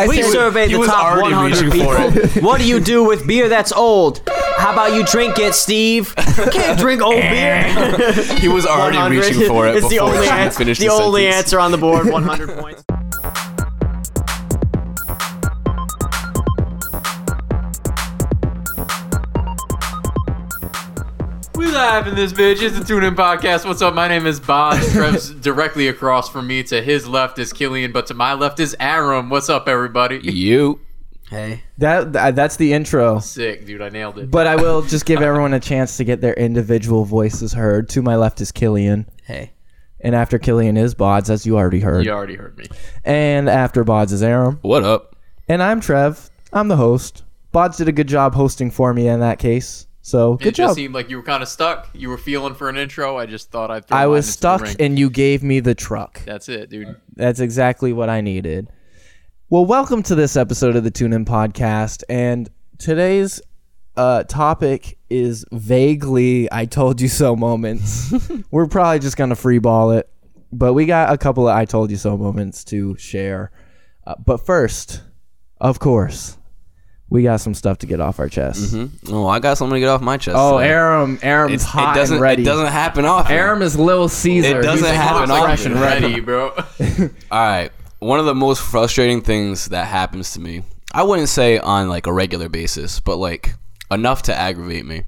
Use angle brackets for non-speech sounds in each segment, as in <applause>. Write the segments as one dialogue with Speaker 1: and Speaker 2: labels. Speaker 1: I
Speaker 2: We
Speaker 1: said-
Speaker 2: surveyed
Speaker 3: he
Speaker 2: the
Speaker 3: was
Speaker 2: top
Speaker 3: already
Speaker 2: 100
Speaker 3: reaching for
Speaker 2: people. <laughs> what do you do with beer that's old? How about you drink it, Steve? Can't drink
Speaker 3: <laughs>
Speaker 2: old beer.
Speaker 3: He was already
Speaker 2: 100.
Speaker 3: reaching for it
Speaker 2: <laughs> It's the
Speaker 3: before
Speaker 2: only,
Speaker 3: she
Speaker 2: an-
Speaker 3: had finished
Speaker 2: the
Speaker 3: the
Speaker 2: only
Speaker 3: sentence.
Speaker 2: answer on the board. 100 points.
Speaker 4: We live in this bitch. It's the Tune In Podcast. What's up? My name is Bob. Trev's directly across from me. To his left is Killian, but to my left is Aram. What's up, everybody?
Speaker 3: You.
Speaker 2: Hey,
Speaker 1: That th- uh, that's the intro.
Speaker 4: <laughs> Sick, dude. I nailed it.
Speaker 1: But I will just give everyone a chance to get their individual voices heard. To my left is Killian,
Speaker 2: hey.
Speaker 1: and after Killian is Bods, as you already heard,
Speaker 4: you already heard me.
Speaker 1: and after Bods is Aram,
Speaker 3: What up?
Speaker 1: and I'm Trev. I'm the host. Bods did a good job hosting for me in that case, so
Speaker 4: It
Speaker 1: good
Speaker 4: just
Speaker 1: job.
Speaker 4: seemed like you were kind of stuck. You were feeling for an intro. I just thought I'd. Throw
Speaker 1: I
Speaker 4: mine
Speaker 1: was
Speaker 4: into the
Speaker 1: stuck,
Speaker 4: ring.
Speaker 1: and you gave me the truck.
Speaker 4: That's it, dude.
Speaker 1: That's exactly what I needed. Well, welcome to this episode of the Tune In Podcast. And today's uh, topic is vaguely I told you so
Speaker 3: <laughs>
Speaker 1: moments. We're probably just going to freeball it, but we got a couple of I told you so moments to share. Uh, but first, of course, we got some stuff to get off our chest.
Speaker 3: Oh, I got something to get off my chest.
Speaker 1: Oh,
Speaker 3: today.
Speaker 1: Aram, Aram's
Speaker 3: It's-
Speaker 1: hot
Speaker 3: it doesn't.
Speaker 1: and ready.
Speaker 3: It doesn't happen often.
Speaker 1: Aram is Little Caesar.
Speaker 3: It doesn't
Speaker 1: He's-
Speaker 3: happen
Speaker 4: I'm
Speaker 3: often.
Speaker 4: fresh and ready, bro. <laughs>
Speaker 3: All right. One of the most frustrating things that happens to me, I wouldn't say on like a regular basis, but like enough to aggravate me,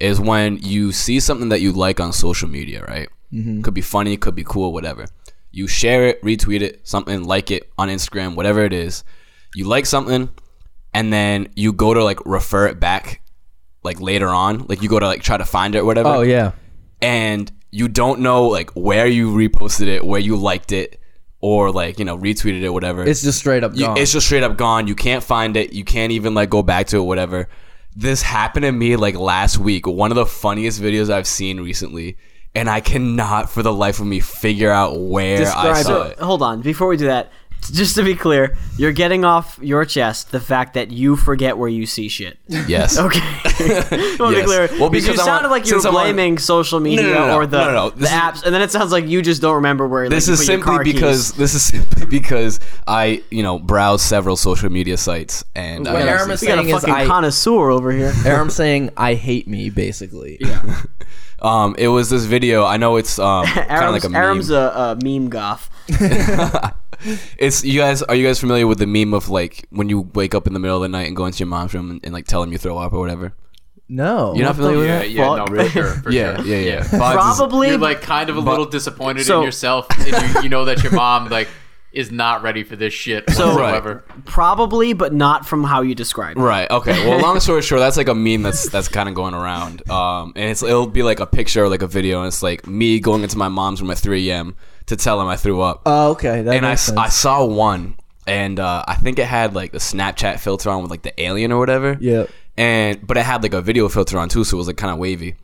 Speaker 3: is when you see something that you like on social media, right?
Speaker 1: Mm-hmm.
Speaker 3: Could be funny, could be cool, whatever. You share it, retweet it, something, like it on Instagram, whatever it is. You like something, and then you go to like refer it back, like later on, like you go to like try to find it or whatever
Speaker 1: Oh, yeah.
Speaker 3: and you don't know like where you reposted it, where you liked it, or like you know retweeted it, whatever.
Speaker 1: It's just straight up
Speaker 3: You-
Speaker 1: gone.
Speaker 3: it's just straight up gone. You can't find it. You can't even like go back to it, whatever. This happened to me like last week. One of the funniest videos I've seen recently, and I cannot for the life of me figure out where I saw
Speaker 2: So,
Speaker 3: it.
Speaker 2: hold on. Before we do that, just to be clear, you're getting off your chest the fact that you forget where you see
Speaker 3: <laughs>
Speaker 2: shit.
Speaker 3: Yes.
Speaker 2: Okay. <laughs> I want to be
Speaker 3: Yes.
Speaker 2: clear. because
Speaker 3: Well, because
Speaker 2: you
Speaker 3: I want-
Speaker 2: sounded like you were
Speaker 3: since I want-
Speaker 2: blaming social media
Speaker 3: no, no.
Speaker 2: or the,
Speaker 3: No, no, no.
Speaker 2: the
Speaker 3: This is-
Speaker 2: apps, and then it sounds like you just don't remember where. like,
Speaker 3: This
Speaker 2: you
Speaker 3: is
Speaker 2: put your
Speaker 3: simply
Speaker 2: car keys.
Speaker 3: because this is <laughs> simply because I you know browse several social media sites and
Speaker 1: Wait,
Speaker 3: I
Speaker 1: Aramis
Speaker 2: we got a
Speaker 1: thing is
Speaker 2: fucking
Speaker 1: I-
Speaker 2: connoisseur over here.
Speaker 1: <laughs> Aram saying I hate me basically.
Speaker 3: um it was this video. I know it's
Speaker 2: <laughs>
Speaker 3: um kind of
Speaker 2: Aram's,
Speaker 3: like a meme.
Speaker 2: Aram's a, a meme goth.
Speaker 3: It's you guys. Are you guys familiar with the meme of like when you wake up in the middle of the night and go into your mom's room and, and, like tell them you throw up or whatever?
Speaker 1: No.
Speaker 3: You're not familiar with
Speaker 4: yeah,
Speaker 3: that?
Speaker 4: yeah, no,
Speaker 2: fuck?
Speaker 4: for sure, for
Speaker 3: Yeah,
Speaker 4: sure.
Speaker 3: yeah, yeah. Fonz is-
Speaker 2: Probably
Speaker 4: You're like kind of a little disappointed
Speaker 2: so-
Speaker 4: in yourself, and you, you know that your mom like is not ready for this shit
Speaker 2: So-
Speaker 4: whatsoever.
Speaker 2: Probably, but not from how you describe it.
Speaker 3: Right. Okay. Well, long story short, that's like a meme that's that's kind of going around. Um, and it's it'll be like a picture or like a video, and it's like me going into my mom's room at 3 a.m. to tell them I threw up.
Speaker 1: Oh, okay. That
Speaker 3: and I,
Speaker 1: makes
Speaker 3: s-
Speaker 1: sense.
Speaker 3: I saw one, and uh, I think it had like the Snapchat filter on with like the alien or whatever.
Speaker 1: Yep.
Speaker 3: And but it had like a video filter on too, so it was like kind of wavy.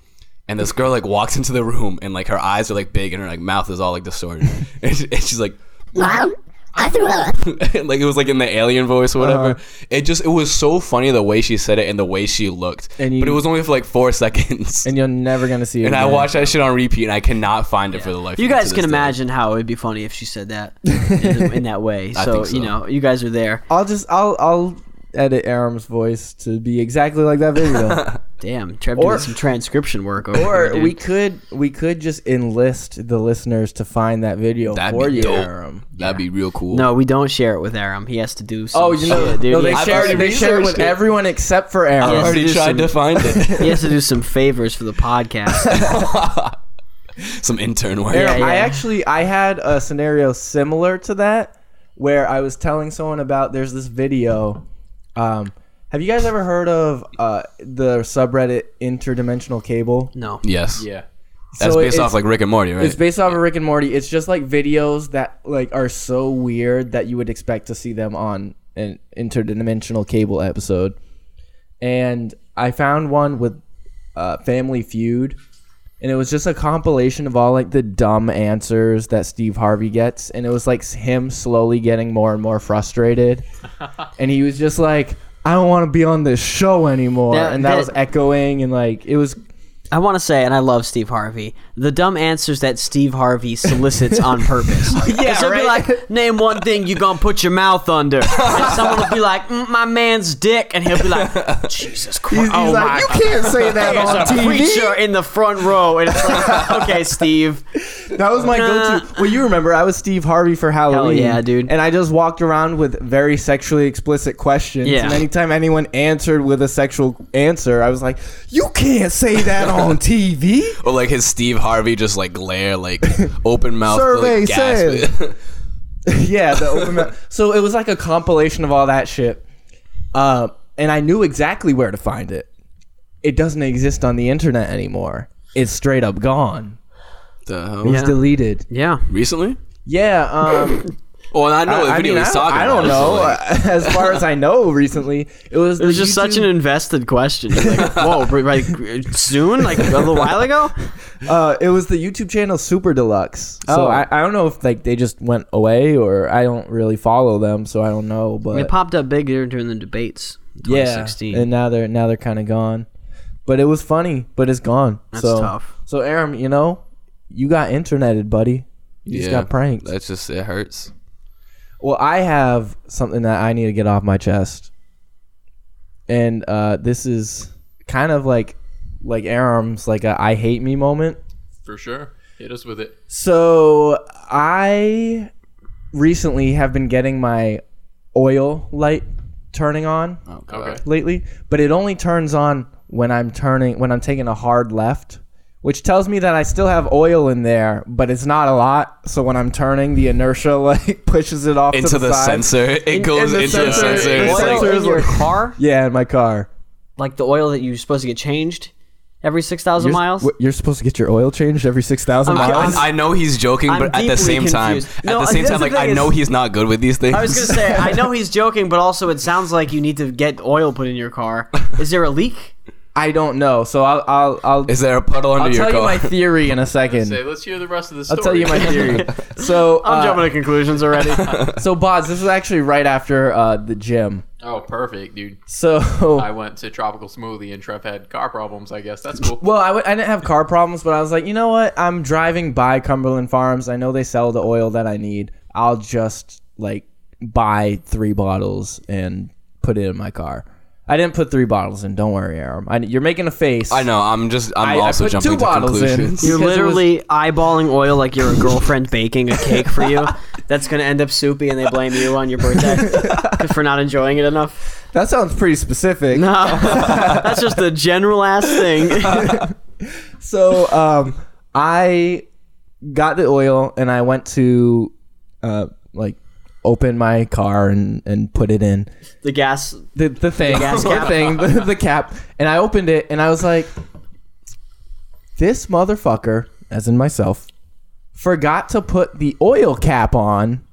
Speaker 3: And this girl like walks into the room, and like her eyes are like big, and her like mouth is all like
Speaker 1: <laughs>
Speaker 3: distorted, and, she- and she's like.
Speaker 5: Mom, I threw up.
Speaker 3: <laughs> like it was like in the alien voice or whatever.
Speaker 1: Uh-huh.
Speaker 3: It just it was so funny the way she said it and the way she looked.
Speaker 1: And you-
Speaker 3: but it was only for like four seconds.
Speaker 1: and
Speaker 3: And,
Speaker 1: you're never gonna see it.
Speaker 3: I
Speaker 1: again.
Speaker 3: watched that shit on repeat, and I cannot find it for the life.
Speaker 2: You
Speaker 3: of me
Speaker 2: guys
Speaker 3: to
Speaker 2: can
Speaker 3: this day.
Speaker 2: imagine how it'd be funny if she said
Speaker 1: <laughs>
Speaker 2: that in, in that way. So,
Speaker 3: think
Speaker 2: you
Speaker 3: so.
Speaker 2: know, you guys are there.
Speaker 1: I'll just I'll I'll edit Aram's voice to be exactly like
Speaker 3: <laughs>
Speaker 1: that video. <laughs>
Speaker 2: Damn, Trev
Speaker 1: Or-
Speaker 2: doing some transcription work over here,
Speaker 1: or
Speaker 2: dude.
Speaker 1: we could we could just enlist the listeners to find that video
Speaker 3: That'd
Speaker 1: for
Speaker 3: be
Speaker 1: you,
Speaker 3: dope.
Speaker 1: Aram.
Speaker 3: That'd be real cool.
Speaker 2: No, we don't share it with Aram. He has to do. Some
Speaker 1: Oh, you know,
Speaker 2: shit, dude.
Speaker 1: no,
Speaker 2: He
Speaker 1: they
Speaker 2: has to
Speaker 1: shared
Speaker 2: do
Speaker 1: it. They shared it with
Speaker 2: some-
Speaker 1: everyone except for
Speaker 3: I
Speaker 1: Aram.
Speaker 3: already
Speaker 2: do
Speaker 3: tried to find it.
Speaker 2: He has to do some favors for the
Speaker 1: <laughs>
Speaker 2: podcast.
Speaker 3: <laughs> Some intern work.
Speaker 1: Aram,
Speaker 2: Yeah,
Speaker 1: I
Speaker 2: yeah.
Speaker 1: actually I had a scenario similar to that where I was telling someone about there's this video. Um, have you guys ever heard of uh, the subreddit interdimensional cable?
Speaker 2: no.
Speaker 3: Yes.
Speaker 4: Yeah.
Speaker 3: That's
Speaker 1: So
Speaker 3: based
Speaker 1: it's-
Speaker 3: off like Rick and Morty, right?
Speaker 1: It's based off of Rick and Morty. It's just like videos that like are so weird that you would expect to see them on an interdimensional cable episode. And I found one with uh, Family Feud, and it was just a compilation of all like the dumb answers that Steve Harvey gets, and it was like him slowly getting more and
Speaker 2: <laughs>
Speaker 1: more frustrated, and he was just like, "I don't want to be on this show anymore,"
Speaker 2: That-
Speaker 1: and that,
Speaker 2: that-
Speaker 1: was echoing, and like it was
Speaker 2: I want to say, and I love Steve Harvey, the dumb answers that Steve Harvey solicits
Speaker 1: <laughs>
Speaker 2: on purpose. yeah, he'll be
Speaker 1: right?
Speaker 2: like, name one thing you gonna put your mouth
Speaker 1: <laughs>
Speaker 2: under. And someone will be like, mm, my man's dick. And he'll be like, Jesus Christ.
Speaker 1: <laughs> He's, he's
Speaker 2: oh my
Speaker 1: like, you can't say
Speaker 2: <laughs>
Speaker 1: that
Speaker 2: There's
Speaker 1: on
Speaker 2: a preacher
Speaker 1: TV.
Speaker 2: in the front row. And it's
Speaker 1: <laughs>
Speaker 2: like, okay, Steve.
Speaker 1: That was my go-to. Well, you remember I was Steve Harvey for Halloween.
Speaker 2: Uh. yeah, dude.
Speaker 1: And I just walked around with very sexually explicit questions.
Speaker 2: Yeah.
Speaker 1: And anytime anyone answered with a sexual answer, I was like, "You can't say
Speaker 2: <laughs>
Speaker 1: that on TV."
Speaker 3: Or like his Steve Harvey just like glare,
Speaker 1: <laughs>
Speaker 3: like open mouth,
Speaker 1: Survey
Speaker 3: like, gasp.
Speaker 1: yeah, the open mouth. So it was like a compilation of all that shit. Uh, and I knew exactly where to find it. It doesn't exist on the internet anymore. It's straight up gone.
Speaker 3: <laughs> the hell?
Speaker 1: It's deleted.
Speaker 2: Yeah.
Speaker 3: Recently?
Speaker 1: Yeah, um
Speaker 3: Well, I know the
Speaker 1: I,
Speaker 3: video
Speaker 1: mean, I
Speaker 3: he's
Speaker 1: don't-
Speaker 3: talking
Speaker 1: I
Speaker 3: about. so,
Speaker 1: don't know.
Speaker 3: like,
Speaker 1: <laughs> as far as I know, recently it was.
Speaker 2: It was just such an invested question. You're
Speaker 1: <laughs>
Speaker 2: Like, whoa, br- like soon, like a little while ago.
Speaker 1: Uh, it was the YouTube channel Super Deluxe. So
Speaker 2: Oh.
Speaker 1: I, I don't know if like they just went away or I don't really follow them, so I don't know.
Speaker 2: It
Speaker 1: But
Speaker 2: popped up big there during the debates. in
Speaker 1: yeah,
Speaker 2: 2016.
Speaker 1: and now they're now they're kind of gone. But it was funny, but it's gone.
Speaker 2: That's
Speaker 1: so
Speaker 2: tough.
Speaker 1: so Aram, you know, you got interneted, buddy. You just
Speaker 3: yeah,
Speaker 1: got pranked.
Speaker 3: That's just it hurts.
Speaker 1: Well, I have something that I need to get off my chest, and uh, this is kind of like like Aram's like a I hate me moment.
Speaker 4: For sure. Hit us with it.
Speaker 1: So I recently have been getting my oil light turning on
Speaker 3: Oh, God.
Speaker 4: Okay.
Speaker 1: lately, but it only turns on when I'm turning when I'm taking a hard left, which tells me that I still have oil in there, but it's not a lot. So when I'm turning, the inertia <laughs> like pushes it off to
Speaker 3: Into
Speaker 1: the,
Speaker 3: the,
Speaker 1: side.
Speaker 3: sensor. It goes
Speaker 1: the
Speaker 3: into the
Speaker 1: sensor-
Speaker 3: sensor.
Speaker 1: the
Speaker 3: It's like-
Speaker 1: sensor-
Speaker 2: in
Speaker 1: Sensors
Speaker 2: your
Speaker 1: were-
Speaker 2: car,
Speaker 1: Yeah, in my car.
Speaker 2: like the oil that you're supposed to get changed every six thousand
Speaker 1: You're-
Speaker 2: miles.
Speaker 1: what, You're supposed to get your oil changed every six thousand
Speaker 2: I'm-
Speaker 1: miles.
Speaker 3: I, I know he's joking,
Speaker 2: I'm
Speaker 3: but at
Speaker 2: deeply
Speaker 3: the same time,
Speaker 2: confused.
Speaker 3: at
Speaker 2: No,
Speaker 3: the same
Speaker 2: that's
Speaker 3: time,
Speaker 2: the
Speaker 3: like
Speaker 2: thing
Speaker 3: I
Speaker 2: is-
Speaker 3: know he's not good with these things.
Speaker 2: I was gonna say, I know he's joking, but also it sounds like you need to get oil put in your car. Is there a leak?
Speaker 1: I don't know, so I'll I'll
Speaker 3: <laughs>
Speaker 1: I'll,
Speaker 3: is there a puddle under
Speaker 1: I'll
Speaker 3: your
Speaker 1: tell you
Speaker 3: car?
Speaker 1: my theory <laughs> in a second.
Speaker 4: Say, let's hear the rest of the
Speaker 1: I'll
Speaker 4: story.
Speaker 1: tell you my
Speaker 4: <laughs>
Speaker 1: theory. So
Speaker 2: <laughs> I'm
Speaker 1: uh,
Speaker 2: jumping to conclusions <laughs> already.
Speaker 1: so Boz, this is actually right after uh, the gym.
Speaker 4: oh, perfect, dude.
Speaker 1: So
Speaker 4: I went to Tropical Smoothie and Trev had car problems, I guess. That's cool.
Speaker 1: <laughs> well, I w- I didn't have car problems, but I was like, you know what? I'm driving by Cumberland Farms. I know they sell the oil that I need. I'll just like buy three bottles and put it in my car. I didn't put three bottles in. Don't worry, Aram. I, you're making a face.
Speaker 3: <laughs> I know. I'm just. I'm
Speaker 1: I- I
Speaker 3: also
Speaker 1: put
Speaker 3: jumping
Speaker 1: two
Speaker 3: to
Speaker 1: bottles in.
Speaker 3: conclusions.
Speaker 2: You're
Speaker 1: Because it was-
Speaker 2: literally eyeballing oil like you're a girlfriend baking a cake for <laughs> you. That's gonna end up soupy, and they blame you on your birthday <laughs> for not enjoying it enough.
Speaker 1: That sounds pretty specific.
Speaker 2: No, <laughs> that's just the general ass thing. <laughs>
Speaker 1: so um, I got the oil and I went to uh, like open my car and, and put it in
Speaker 2: the gas.
Speaker 1: the the thing
Speaker 2: gas
Speaker 1: <laughs> the
Speaker 2: cap.
Speaker 1: thing the, the cap and I opened it and I was like this motherfucker as in myself forgot to put the oil cap on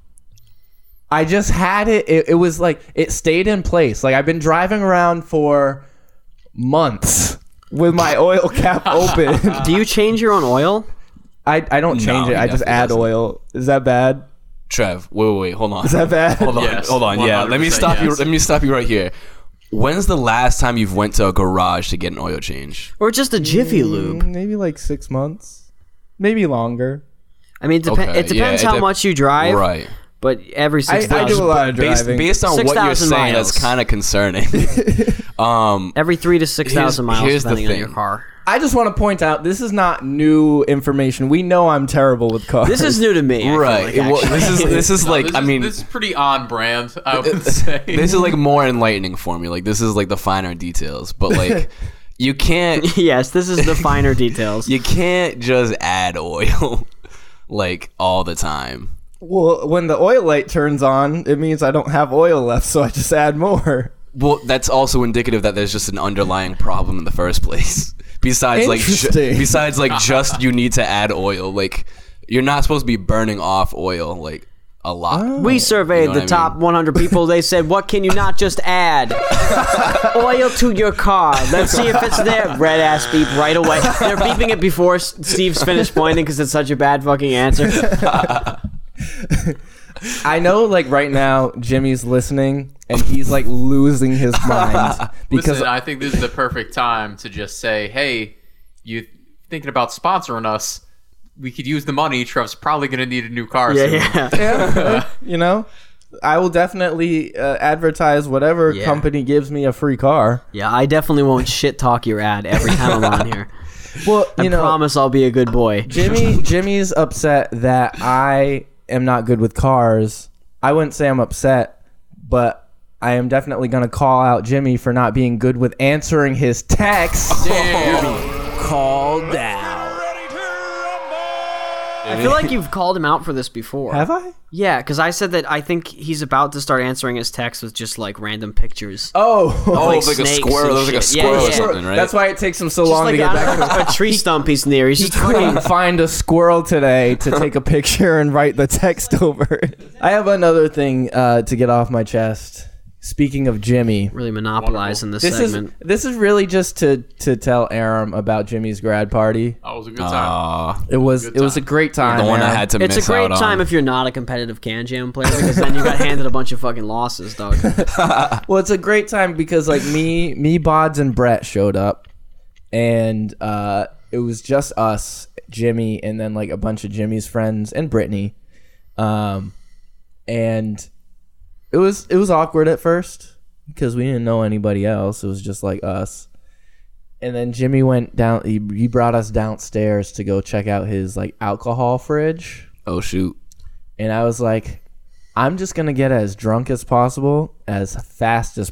Speaker 1: I just had it it, it was like it stayed in place like I've been driving around for months with my oil cap open
Speaker 2: Do you change your own oil?
Speaker 1: I, I don't change
Speaker 3: he
Speaker 1: it. I just
Speaker 3: definitely
Speaker 1: add
Speaker 3: doesn't.
Speaker 1: oil. Is that bad? <laughs>
Speaker 3: Trev, wait, wait, wait, hold on. <laughs>
Speaker 1: Is that bad?
Speaker 3: Hold on,
Speaker 4: Yes,
Speaker 3: hold on. Yeah, let me
Speaker 4: 100%
Speaker 3: stop you.
Speaker 4: yes.
Speaker 3: Let me stop you right here. When's the last time you've went to a garage to get an oil change?
Speaker 2: Or just a Jiffy Lube?
Speaker 1: Mm, Maybe like six months, maybe longer.
Speaker 2: I mean, it, depe-
Speaker 3: Okay,
Speaker 2: it depends
Speaker 3: yeah, it
Speaker 2: how
Speaker 3: dep-
Speaker 2: much you drive,
Speaker 3: right.
Speaker 2: but every
Speaker 1: I,
Speaker 2: six
Speaker 1: I do a
Speaker 2: thousand,
Speaker 1: lot of
Speaker 3: Based,
Speaker 1: driving.
Speaker 3: based on what you're
Speaker 2: 6,000
Speaker 3: saying,
Speaker 2: miles.
Speaker 3: that's kind of
Speaker 1: <laughs>
Speaker 3: concerning. um,
Speaker 2: every three to six thousand
Speaker 3: Here's-
Speaker 2: miles,
Speaker 3: here's the
Speaker 2: depending on your
Speaker 3: thing.
Speaker 2: car.
Speaker 1: I just want to point out this is not new information. We know I'm terrible with cars.
Speaker 2: This is new to me. I feel
Speaker 3: <laughs> right.
Speaker 2: like,
Speaker 3: well,
Speaker 2: actually. <laughs>
Speaker 3: this is this is like
Speaker 4: This
Speaker 3: I
Speaker 4: is-
Speaker 3: mean uh, <laughs>
Speaker 4: this is pretty on brand, I would say.
Speaker 3: this
Speaker 4: <laughs>
Speaker 3: is like more enlightening for me. Like this is like the finer details, but
Speaker 1: <laughs>
Speaker 3: like you can't
Speaker 2: yes, this is the finer details.
Speaker 3: you can't just add oil <laughs> like all the time.
Speaker 1: <laughs> well, when the oil light turns on, it means I don't have oil left, so I just add more.
Speaker 3: Well, that's also indicative that there's just an underlying problem in the first place. <laughs> Besides, like, ju-
Speaker 1: Interesting.
Speaker 3: besides, like, <laughs> just you need to add oil. Like, you're not supposed to be burning off oil like a lot.
Speaker 2: We surveyed
Speaker 3: You know what
Speaker 2: the
Speaker 3: I
Speaker 2: top
Speaker 3: mean?
Speaker 2: 100 people. They said, "What can you not just add? <laughs>
Speaker 1: Oh.
Speaker 3: <laughs>
Speaker 2: Oil to your car. Let's see if it's there." Red ass beep right away. They're beeping it before S- Steve's finished pointing because it's such a bad fucking
Speaker 3: <laughs>
Speaker 2: answer.
Speaker 1: I know, like right now, Jimmy's listening and he's like <laughs> losing his mind because
Speaker 4: Listen, I think this is the perfect time to just say, hey, you thinking about sponsoring us, we could use the money. Trev's probably going to need a new car
Speaker 2: Yeah,
Speaker 4: soon.
Speaker 2: yeah.
Speaker 1: Yeah, <laughs> you know, I will definitely uh, advertise whatever
Speaker 2: Yeah.
Speaker 1: company gives me a free car.
Speaker 2: Yeah, I definitely won't shit talk your ad every time I'm on <laughs> here.
Speaker 1: Well, you
Speaker 2: I
Speaker 1: know,
Speaker 2: promise I'll be a good boy.
Speaker 1: <laughs> Jimmy Jimmy's upset that I am not good with cars. I wouldn't say I'm upset, but I am definitely going to call out Jimmy for not being good with answering his texts.
Speaker 3: <laughs>
Speaker 1: Called out.
Speaker 2: I feel like you've called him out for this before.
Speaker 1: Have I?
Speaker 2: Yeah, because I said that I think he's about to start answering his text with just like random pictures.
Speaker 1: Oh.
Speaker 3: Oh,
Speaker 1: <laughs>
Speaker 2: like
Speaker 3: it's like a
Speaker 2: snakes
Speaker 3: squirrel.
Speaker 2: and
Speaker 3: There's like a
Speaker 2: shit. Yeah,
Speaker 3: squirrel
Speaker 2: yeah.
Speaker 3: or something, right?
Speaker 1: That's why it takes him so
Speaker 2: Just
Speaker 1: long
Speaker 2: like
Speaker 1: to get
Speaker 2: out
Speaker 1: back.
Speaker 2: of <laughs> a tree stump he's near. He's just
Speaker 1: Couldn't find a squirrel today to take a picture and write the text over. it. I have another thing uh, to get off my chest. Speaking of Jimmy,
Speaker 2: really monopolizing this,
Speaker 1: this
Speaker 2: segment.
Speaker 1: is this is really just to to tell Aram about Jimmy's grad party.
Speaker 4: That was a good time.
Speaker 1: It was it was a
Speaker 4: time.
Speaker 1: great time.
Speaker 3: the one I
Speaker 1: Aram.
Speaker 3: had to
Speaker 2: It's a
Speaker 3: miss
Speaker 2: great
Speaker 3: out on.
Speaker 2: time if you're not a competitive can jam player because then you got handed a bunch of fucking losses, dog.
Speaker 1: Well, it's a great time because like me, me, Bods, and Brett showed up, and uh, it was just us, Jimmy, and then like a bunch of Jimmy's friends and Brittany, um, and it was it was awkward at first because we didn't know anybody else. It was just like us, and then Jimmy went down. He, he brought us downstairs to go check out his like alcohol fridge
Speaker 3: Oh shoot.
Speaker 1: and I was like, I'm just gonna get as drunk as possible, as fast as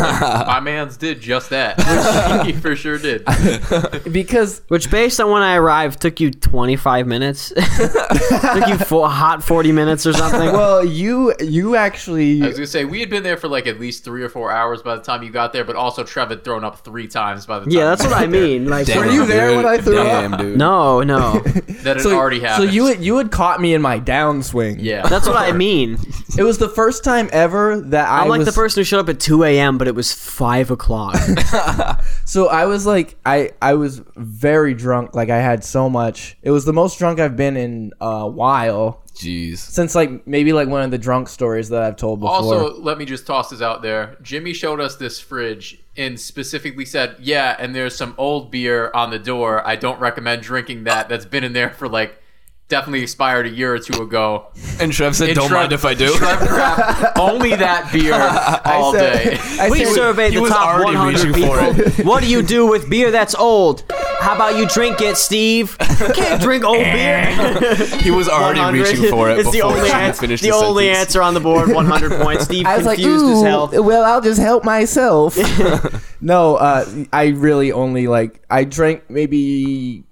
Speaker 2: <laughs>
Speaker 4: My man's did just that. <laughs> he for sure did.
Speaker 1: because
Speaker 2: Which, based on when I arrived, took you 25 minutes. <laughs> took you four, hot 40 minutes or something.
Speaker 1: well, you you actually
Speaker 4: I was gonna say we had been there for like at least three or four hours by the time you got there, but also Trev had thrown up three times by the time.
Speaker 2: yeah, that's
Speaker 4: <laughs>
Speaker 2: what I mean. Like,
Speaker 3: Damn,
Speaker 1: Were you there
Speaker 3: dude.
Speaker 1: when I threw
Speaker 3: Damn,
Speaker 1: up?
Speaker 3: dude.
Speaker 2: no, no,
Speaker 4: that had already
Speaker 1: so
Speaker 4: happened.
Speaker 1: you had, you had caught me in my downswing. <laughs>
Speaker 4: yeah,
Speaker 2: that's what I mean.
Speaker 1: it was the first time ever that I
Speaker 2: I'm like
Speaker 1: was
Speaker 2: the person who showed up at 2 a.m., but it was 5 o'clock.
Speaker 1: so I was like I I was very drunk. Like I had so much. It was the most drunk I've been in a while
Speaker 3: Jeez.
Speaker 1: since like maybe like one of the drunk stories that I've told before.
Speaker 4: <laughs> Also, let me just toss this out there. Jimmy showed us this fridge and specifically said, "Yeah, and there's some old beer on the door. I don't recommend drinking that. That's been in there for like definitely expired a year or two
Speaker 1: <laughs>
Speaker 4: ago."
Speaker 3: And Trev said,
Speaker 4: And
Speaker 3: "Don't
Speaker 4: Trev-
Speaker 3: mind if I do."
Speaker 4: Trev grabbed only that
Speaker 1: <laughs>
Speaker 4: beer all day. <laughs>
Speaker 1: I
Speaker 2: We
Speaker 1: said-
Speaker 2: surveyed
Speaker 3: he
Speaker 2: the
Speaker 3: was
Speaker 2: top
Speaker 3: already
Speaker 2: 100
Speaker 3: reaching for
Speaker 2: people. <laughs> What do you do with beer that's old? How about you drink it, Steve? You can't drink
Speaker 3: <laughs>
Speaker 2: old beer.
Speaker 3: he was
Speaker 2: <laughs>
Speaker 3: already
Speaker 2: 100.
Speaker 3: reaching for it.
Speaker 2: It's the
Speaker 3: before
Speaker 2: only
Speaker 3: she
Speaker 2: answer. The,
Speaker 3: finished the
Speaker 2: only
Speaker 3: sentence.
Speaker 2: answer on the board.
Speaker 3: <laughs>
Speaker 2: 100 points. Steve
Speaker 1: I was like,
Speaker 2: confused as hell.
Speaker 1: "Ooh, well, I'll just
Speaker 2: <laughs>
Speaker 1: help myself." no, uh, I really only like I drank maybe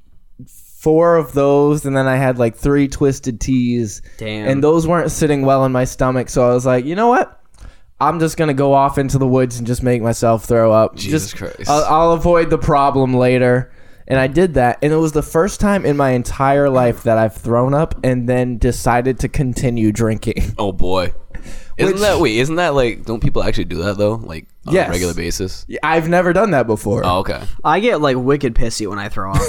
Speaker 1: four of those, and then I had like three twisted teas,
Speaker 2: Damn.
Speaker 1: and those weren't sitting well in my stomach. So I was like, you know what? I'm just gonna go off into the woods and just make myself throw up.
Speaker 3: Jesus
Speaker 1: Just-
Speaker 3: Christ.
Speaker 1: I'll, I'll avoid the problem later. And I did that, and it was the first time in my entire life that I've thrown up and then decided to continue drinking. <laughs>
Speaker 3: Oh boy. Isn't
Speaker 1: Which-
Speaker 3: that wait? Isn't that like? Don't people actually do that though? Like on
Speaker 1: Yes.
Speaker 3: a regular basis?
Speaker 1: I've never done that before.
Speaker 3: Oh, okay.
Speaker 2: I get like wicked pissy when I throw
Speaker 1: <laughs>
Speaker 2: up.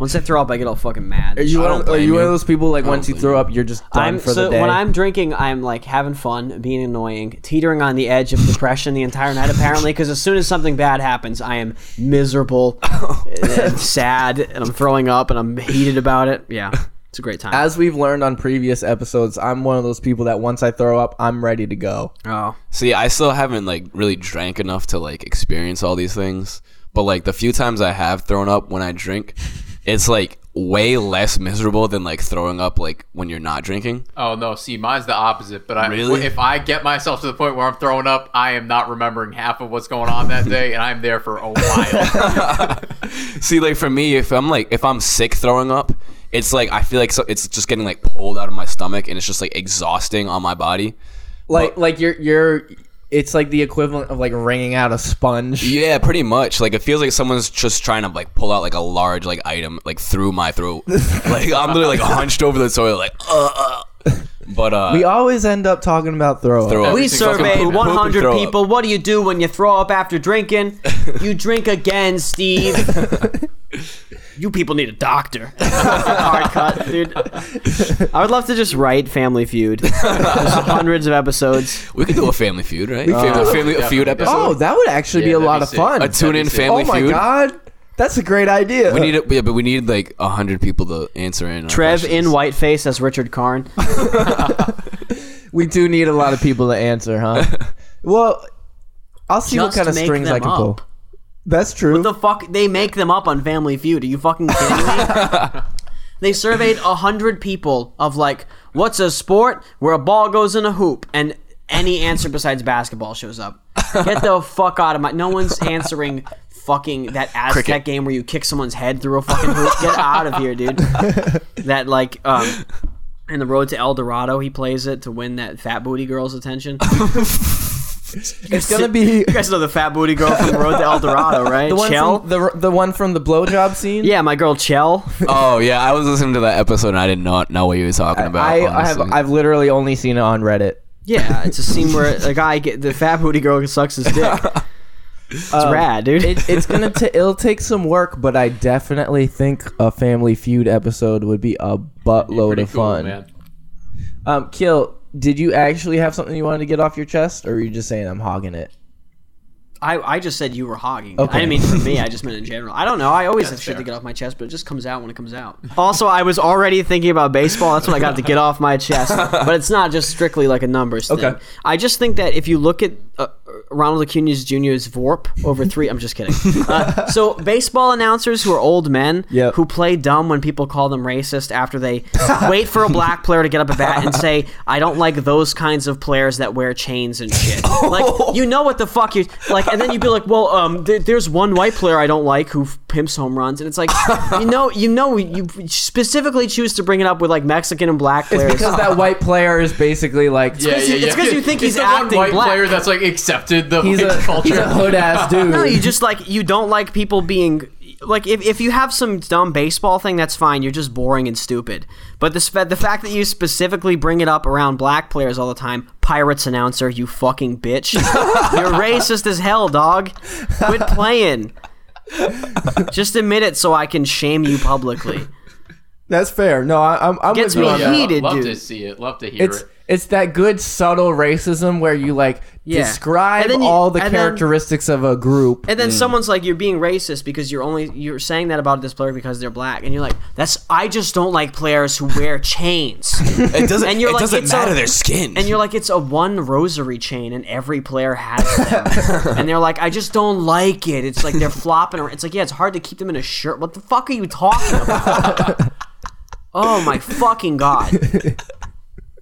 Speaker 2: Once I throw up, I get all fucking mad.
Speaker 1: Are you,
Speaker 3: I
Speaker 1: one
Speaker 3: don't
Speaker 1: of, are
Speaker 3: blame
Speaker 1: you one of
Speaker 3: you.
Speaker 1: those people like once you
Speaker 3: blame
Speaker 1: throw up, you're just done
Speaker 2: I'm,
Speaker 1: for
Speaker 2: so
Speaker 1: the day?
Speaker 2: when I'm drinking, I'm like having fun, being annoying, teetering on the edge of depression the entire night. Apparently, because as soon as something bad happens, I am <laughs> miserable, and sad, and I'm throwing up, and I'm heated about it. Yeah, it's a great time.
Speaker 1: As we've learned on previous episodes, I'm one of those people that once I throw up, I'm ready to go.
Speaker 2: oh,
Speaker 3: See, I still haven't like really drank enough to like experience all these things. But like the few times I have thrown up when I
Speaker 1: <laughs>
Speaker 3: drink, it's like way less miserable than like throwing up like when you're not drinking.
Speaker 4: Oh no! See, mine's the opposite. But I,
Speaker 3: Really?
Speaker 4: if I get myself to the point where I'm throwing up, I am not remembering half of what's going on
Speaker 1: <laughs>
Speaker 4: that day, and I'm there for a while.
Speaker 3: See, like for me, if I'm like if I'm sick throwing up, it's like I feel like so, it's just getting like pulled out of my stomach and it's just like exhausting on my body.
Speaker 1: Like like you're you're it's like the equivalent of like wringing out a sponge.
Speaker 3: Yeah, pretty much. Like it feels like someone's just trying to like pull out like a large like item like through my <laughs> throat. like I'm literally like hunched over the toilet like uh, uh. But uh
Speaker 1: We always end up talking about throw up.
Speaker 3: throw up.
Speaker 2: we
Speaker 4: Everything fucking
Speaker 2: surveyed
Speaker 4: poop
Speaker 3: and
Speaker 2: 100
Speaker 3: throw up.
Speaker 2: people. What do you do when you throw up after drinking? You drink again, Steve. you people need a <laughs> doctor. Hard cut, dude. I would love to just write Family Feud. There's hundreds of episodes.
Speaker 3: We could do a family feud, right? family, family
Speaker 4: definitely,
Speaker 3: feud
Speaker 4: definitely.
Speaker 3: episode.
Speaker 1: Oh, that would actually Oh, be
Speaker 4: Yeah,
Speaker 1: a
Speaker 4: that'd
Speaker 1: lot
Speaker 4: be
Speaker 1: of
Speaker 4: sick.
Speaker 1: fun.
Speaker 3: a tune in
Speaker 4: that'd be sick.
Speaker 1: oh
Speaker 3: family
Speaker 1: my
Speaker 3: feud.
Speaker 1: god. That's a great idea.
Speaker 3: We need it, yeah, but we need like hundred people to answer in. our
Speaker 2: Trev
Speaker 3: questions.
Speaker 2: in whiteface as Richard
Speaker 1: <laughs>
Speaker 2: Karn.
Speaker 1: We do need a lot of people to answer, <laughs> huh? well, I'll see
Speaker 2: Just
Speaker 1: what kind of
Speaker 2: make
Speaker 1: strings
Speaker 2: them
Speaker 1: I can
Speaker 2: up.
Speaker 1: pull. That's true.
Speaker 2: the fuck? They make them up on Family Feud. Are you fucking kidding me? <laughs> they surveyed a hundred people of like, what's a sport where a ball goes in a hoop, and any answer besides basketball shows up. Get <laughs> the fuck out of my. No one's answering fucking that Aztec
Speaker 3: Cricket.
Speaker 2: game where you kick someone's head through a fucking hoop. Get out of here, <laughs> dude. that like. um in the road to El Dorado, he plays it to win that fat booty girl's attention.
Speaker 1: it's gonna
Speaker 2: <laughs>
Speaker 1: be
Speaker 2: You guys know the fat booty girl from Road to El
Speaker 1: <laughs>
Speaker 2: Dorado, right?
Speaker 1: the one
Speaker 2: Chell?
Speaker 1: from the the one from the blowjob scene.
Speaker 2: Yeah, my girl Chell.
Speaker 3: <laughs> Oh yeah, I was listening to that episode and I did not know what you were talking about.
Speaker 1: I, I have
Speaker 3: honestly.
Speaker 1: I've literally only seen it on Reddit.
Speaker 2: <laughs> Yeah, it's a scene where a guy get the fat booty girl sucks his
Speaker 1: <laughs>
Speaker 2: dick. It's rad, dude.
Speaker 1: Um, It, it's gonna t- it'll take some work, but I definitely think a Family Feud episode would be a buttload
Speaker 4: Pretty
Speaker 1: of
Speaker 4: cool,
Speaker 1: fun.
Speaker 4: man.
Speaker 1: Um, Kill, did you actually have something you wanted to get off your chest, or were you just saying I'm hogging it?
Speaker 2: I, I just said you were hogging. I
Speaker 1: Okay.
Speaker 2: didn't mean for me. I just meant in general. I don't know. I always have shit to
Speaker 4: fair.
Speaker 2: get off my chest, but it just comes out when it comes out. <laughs> Also, I was already thinking about baseball. That's what I got to get off my
Speaker 1: <laughs>
Speaker 2: chest. But it's not just strictly like a numbers thing.
Speaker 1: Okay.
Speaker 2: I just think that if you look at uh, Ronald Acuna Jr.'s VORP over three, I'm just
Speaker 1: <laughs>
Speaker 2: kidding. Uh, so baseball announcers who are old men
Speaker 1: Yep.
Speaker 2: who play dumb when people call them racist after they wait for a black player to get up a bat and say, "I don't like those kinds of players that wear chains and shit." Like you know what the fuck you like, and then you'd be like, "Well, um, th- there's one white player I don't like who f- pimps home runs," and it's like, you know, you know, you specifically choose to bring it up with like Mexican and black players.
Speaker 1: Because that white player is basically like
Speaker 4: Yeah, yeah,
Speaker 2: you-
Speaker 4: yeah.
Speaker 2: it's 'cause you think he's
Speaker 4: It's the
Speaker 2: acting
Speaker 4: one white
Speaker 2: black.
Speaker 4: player that's like accepted the
Speaker 1: he's
Speaker 4: white
Speaker 1: a
Speaker 4: culture.
Speaker 1: he's a hood
Speaker 2: <laughs>
Speaker 1: ass dude.
Speaker 2: No, you just like you don't like people being like if, if you have some dumb baseball thing, that's fine. You're just boring and stupid. But the spe- the fact that you specifically bring it up around black players all the time, Pirates announcer, you fucking bitch, you're racist as hell, dog. Quit playing. Just admit it so I can shame you publicly.
Speaker 1: That's fair. No, I, I'm I'm
Speaker 2: Gets
Speaker 1: with
Speaker 2: me
Speaker 1: you
Speaker 4: <laughs>
Speaker 1: on
Speaker 4: yeah,
Speaker 1: that.
Speaker 2: heat. heated,
Speaker 4: love to
Speaker 2: dude.
Speaker 4: see it. Love to hear
Speaker 1: It's
Speaker 4: it.
Speaker 1: it's that good subtle racism where you like
Speaker 2: Yeah.
Speaker 1: describe
Speaker 2: And then you-
Speaker 1: all the
Speaker 2: and then-
Speaker 1: characteristics of a group.
Speaker 2: And then someone's like, "You're being racist because you're only you're saying that about this player because they're black," and you're like, "That's I just don't like players who wear chains."
Speaker 3: it doesn't.
Speaker 2: and you're
Speaker 3: it
Speaker 2: like,
Speaker 3: doesn't
Speaker 2: it's a-
Speaker 3: matter their skin.
Speaker 2: And you're like, it's a one rosary chain, and every player has
Speaker 1: <laughs>
Speaker 2: them. and they're like, I just don't like it. It's like they're flopping around. It's like, yeah, it's hard to keep them in a shirt. What the fuck are you talking about?
Speaker 1: <laughs>
Speaker 2: oh my fucking god!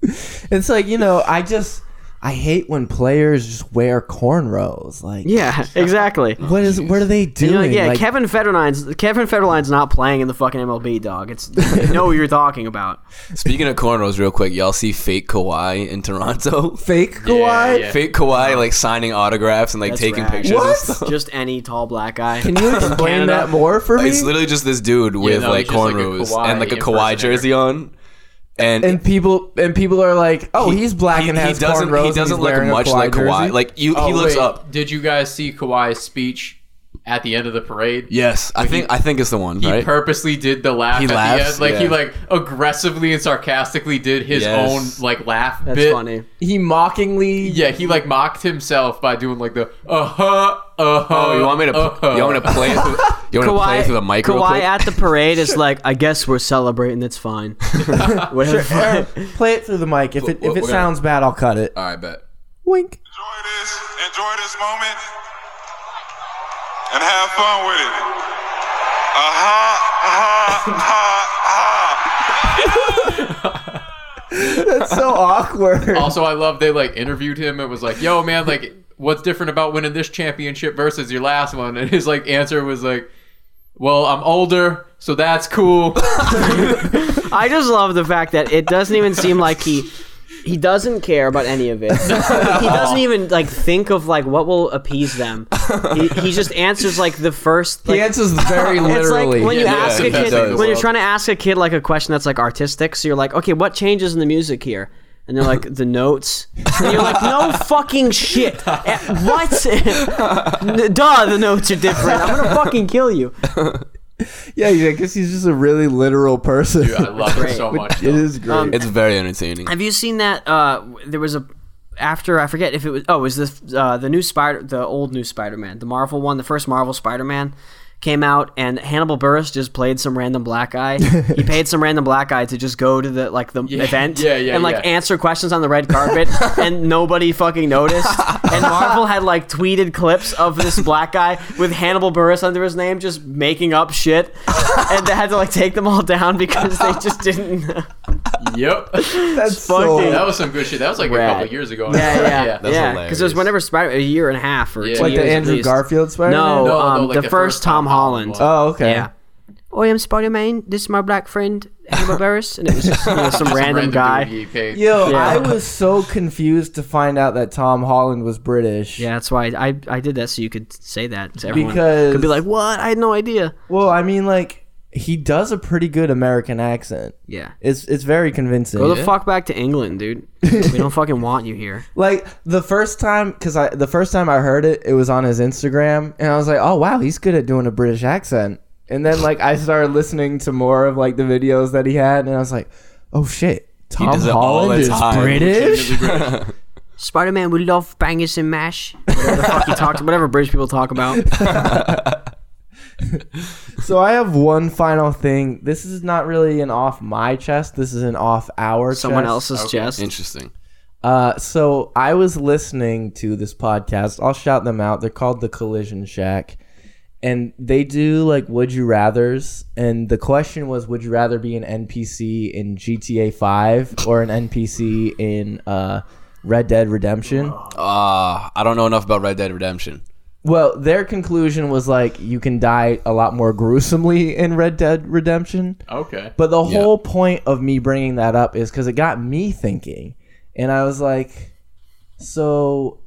Speaker 1: It's like you know, I just I hate when players just wear cornrows. Like,
Speaker 2: Yeah, exactly.
Speaker 1: what is what are they doing?
Speaker 2: You're like, yeah,
Speaker 1: Like,
Speaker 2: Kevin Federline's Kevin Federline's not playing in the fucking MLB, dog. It's you know what you're talking about.
Speaker 3: Speaking of cornrows, real quick, y'all see fake Kawhi in Toronto?
Speaker 1: <laughs> fake
Speaker 3: <laughs>
Speaker 1: Kawhi.
Speaker 4: yeah.
Speaker 3: Fake Kawhi like signing autographs and like
Speaker 2: That's
Speaker 3: taking
Speaker 2: rad.
Speaker 3: pictures.
Speaker 1: What?
Speaker 3: And stuff.
Speaker 2: Just any tall black guy.
Speaker 1: Can you explain
Speaker 2: Canada.
Speaker 1: that more for me?
Speaker 3: It's literally just this dude with
Speaker 4: no,
Speaker 3: like
Speaker 4: he's just, like, a
Speaker 3: cornrows
Speaker 4: Kawhi
Speaker 3: and like a Kawhi
Speaker 4: impersonator.
Speaker 3: jersey on, and.
Speaker 1: and people and people are like, oh, he's black
Speaker 3: he,
Speaker 1: and
Speaker 3: he
Speaker 1: has
Speaker 3: doesn't.
Speaker 1: cornrows.
Speaker 3: he
Speaker 1: and
Speaker 3: doesn't
Speaker 1: he's
Speaker 3: look
Speaker 1: wearing a
Speaker 3: much
Speaker 1: Kawhi
Speaker 3: like Kawhi.
Speaker 1: jersey."
Speaker 3: Like you, he
Speaker 4: Oh,
Speaker 3: looks
Speaker 4: wait,
Speaker 3: up.
Speaker 4: Did you guys see Kawhi's speech at the end of the parade?
Speaker 3: Yes, I think. I think it's the one.
Speaker 4: He
Speaker 3: right?
Speaker 4: purposely did the laugh
Speaker 3: He
Speaker 4: at
Speaker 3: laughs,
Speaker 4: the end. Like he
Speaker 3: yeah.
Speaker 4: like aggressively and sarcastically did his
Speaker 3: Yes.
Speaker 4: own like laugh
Speaker 2: That's
Speaker 4: bit.
Speaker 2: funny.
Speaker 1: he mockingly. <laughs>
Speaker 4: Yeah, he like mocked himself by doing like the uh-huh. uh huh uh huh.
Speaker 3: Oh, you want me to? You want me to play it? Through, you want me to play it through the mic? real
Speaker 2: Kawhi
Speaker 3: quick?
Speaker 2: at the parade
Speaker 3: <laughs>
Speaker 2: is like, I guess we're celebrating. It's fine. Whatever.
Speaker 1: Aaron, er, play it through the mic. If
Speaker 3: We're-
Speaker 1: it if it
Speaker 3: we're gonna-
Speaker 1: sounds bad, I'll cut it.
Speaker 3: All right, bet.
Speaker 1: Wink.
Speaker 6: Enjoy this. Enjoy this moment. And have fun with it. Aha, aha, aha, aha.
Speaker 3: <laughs>
Speaker 1: That's so awkward.
Speaker 4: Also, I love they like interviewed him. It was like, yo, man, like, what's different about winning this championship versus your last one? And his like answer was like, well, I'm older, so that's cool.
Speaker 2: I just love the fact that it doesn't even seem like he he doesn't care about any of it. he doesn't even like think of like what will appease them. He, he just answers like the first. Like,
Speaker 1: he answers
Speaker 3: <laughs>
Speaker 1: very
Speaker 2: it's like
Speaker 1: literally.
Speaker 2: when you
Speaker 3: Yeah,
Speaker 2: ask
Speaker 3: yeah,
Speaker 2: a
Speaker 3: he
Speaker 2: kid
Speaker 3: does.
Speaker 2: when you're trying to ask a kid like a question that's like artistic. So you're like, okay, what changes in the music here? And they're like the notes. And you're like, no fucking shit. Eh, What? <laughs> N- Duh, the notes are different. I'm gonna fucking kill you.
Speaker 1: yeah, yeah, I guess he's just a really literal person.
Speaker 4: I love it so much.
Speaker 1: <laughs> it is great.
Speaker 3: It's very entertaining.
Speaker 2: Have you seen that? Uh, there was a after I forget if it was oh it was the uh, the new Spider the old new Spider Man the Marvel one the first Marvel Spider Man came out and Hannibal Burris just played some random black guy. he paid some random black guy to just go to the like the event
Speaker 4: yeah, yeah,
Speaker 2: and like
Speaker 4: yeah.
Speaker 2: answer questions on the red carpet
Speaker 4: <laughs>
Speaker 2: and nobody fucking noticed. And Marvel had like tweeted clips of this black guy with Hannibal Burris under his name just making up shit and they had to like take them all down because they just didn't
Speaker 4: Yep.
Speaker 1: That's
Speaker 2: fucking-
Speaker 4: That was some good shit. That was like a couple
Speaker 2: Rad.
Speaker 4: years ago.
Speaker 2: Yeah, Uh, yeah, yeah.
Speaker 3: That's
Speaker 2: Because it was
Speaker 3: hilarious.
Speaker 2: whenever Spider a year and a half or
Speaker 4: Yeah.
Speaker 2: two
Speaker 1: like the
Speaker 2: years at
Speaker 1: Andrew
Speaker 2: least.
Speaker 1: Garfield Spider.
Speaker 2: No,
Speaker 4: no,
Speaker 2: um,
Speaker 4: like
Speaker 2: the, first Tom Holland.
Speaker 4: one.
Speaker 1: Oh, okay.
Speaker 2: Yeah. I am Spider Man. This is my black friend
Speaker 1: <laughs>
Speaker 2: Hannibal Burris, and it was just, you know, <laughs> some random
Speaker 4: Random
Speaker 2: guy.
Speaker 4: dude he paid.
Speaker 1: Yo,
Speaker 2: Yeah.
Speaker 1: I was so confused to find out that Tom Holland was British.
Speaker 2: Yeah, that's why I, I did that so you could say that to everyone.
Speaker 1: Because-
Speaker 2: could be like, what? I had no idea.
Speaker 1: Well, I mean, like he does a pretty good American accent.
Speaker 2: Yeah.
Speaker 1: It's it's very convincing.
Speaker 2: Go the fuck back to England, dude. we don't fucking want you here.
Speaker 1: like the first time, because I the first time I heard it, it was on his Instagram, and I was like, oh wow, he's good at doing a British accent. And then like I started listening to more of like the videos that he had, and I was like, oh shit, Tom
Speaker 3: does it all
Speaker 1: Holland
Speaker 3: the
Speaker 1: is
Speaker 3: time.
Speaker 1: British.
Speaker 2: Spider Man would love bangers and mash. Whatever the fuck he talks, whatever British people talk about.
Speaker 1: So I have one final thing. This is not really an off my chest. This is an off our
Speaker 2: Someone
Speaker 1: chest.
Speaker 2: else's chest.
Speaker 3: Interesting.
Speaker 1: Uh, so I was listening to this podcast. I'll shout them out. They're called the Collision Shack, and they do like Would You Rather's. And the question was, Would you rather be an NPC in GTA Five or an NPC in uh, Red Dead Redemption?
Speaker 3: Uh, I don't know enough about Red Dead Redemption.
Speaker 1: Well, their conclusion was like you can die a lot more gruesomely in Red Dead Redemption.
Speaker 4: Okay.
Speaker 1: But the whole point of me bringing that up is because it got me thinking, and I was like, so.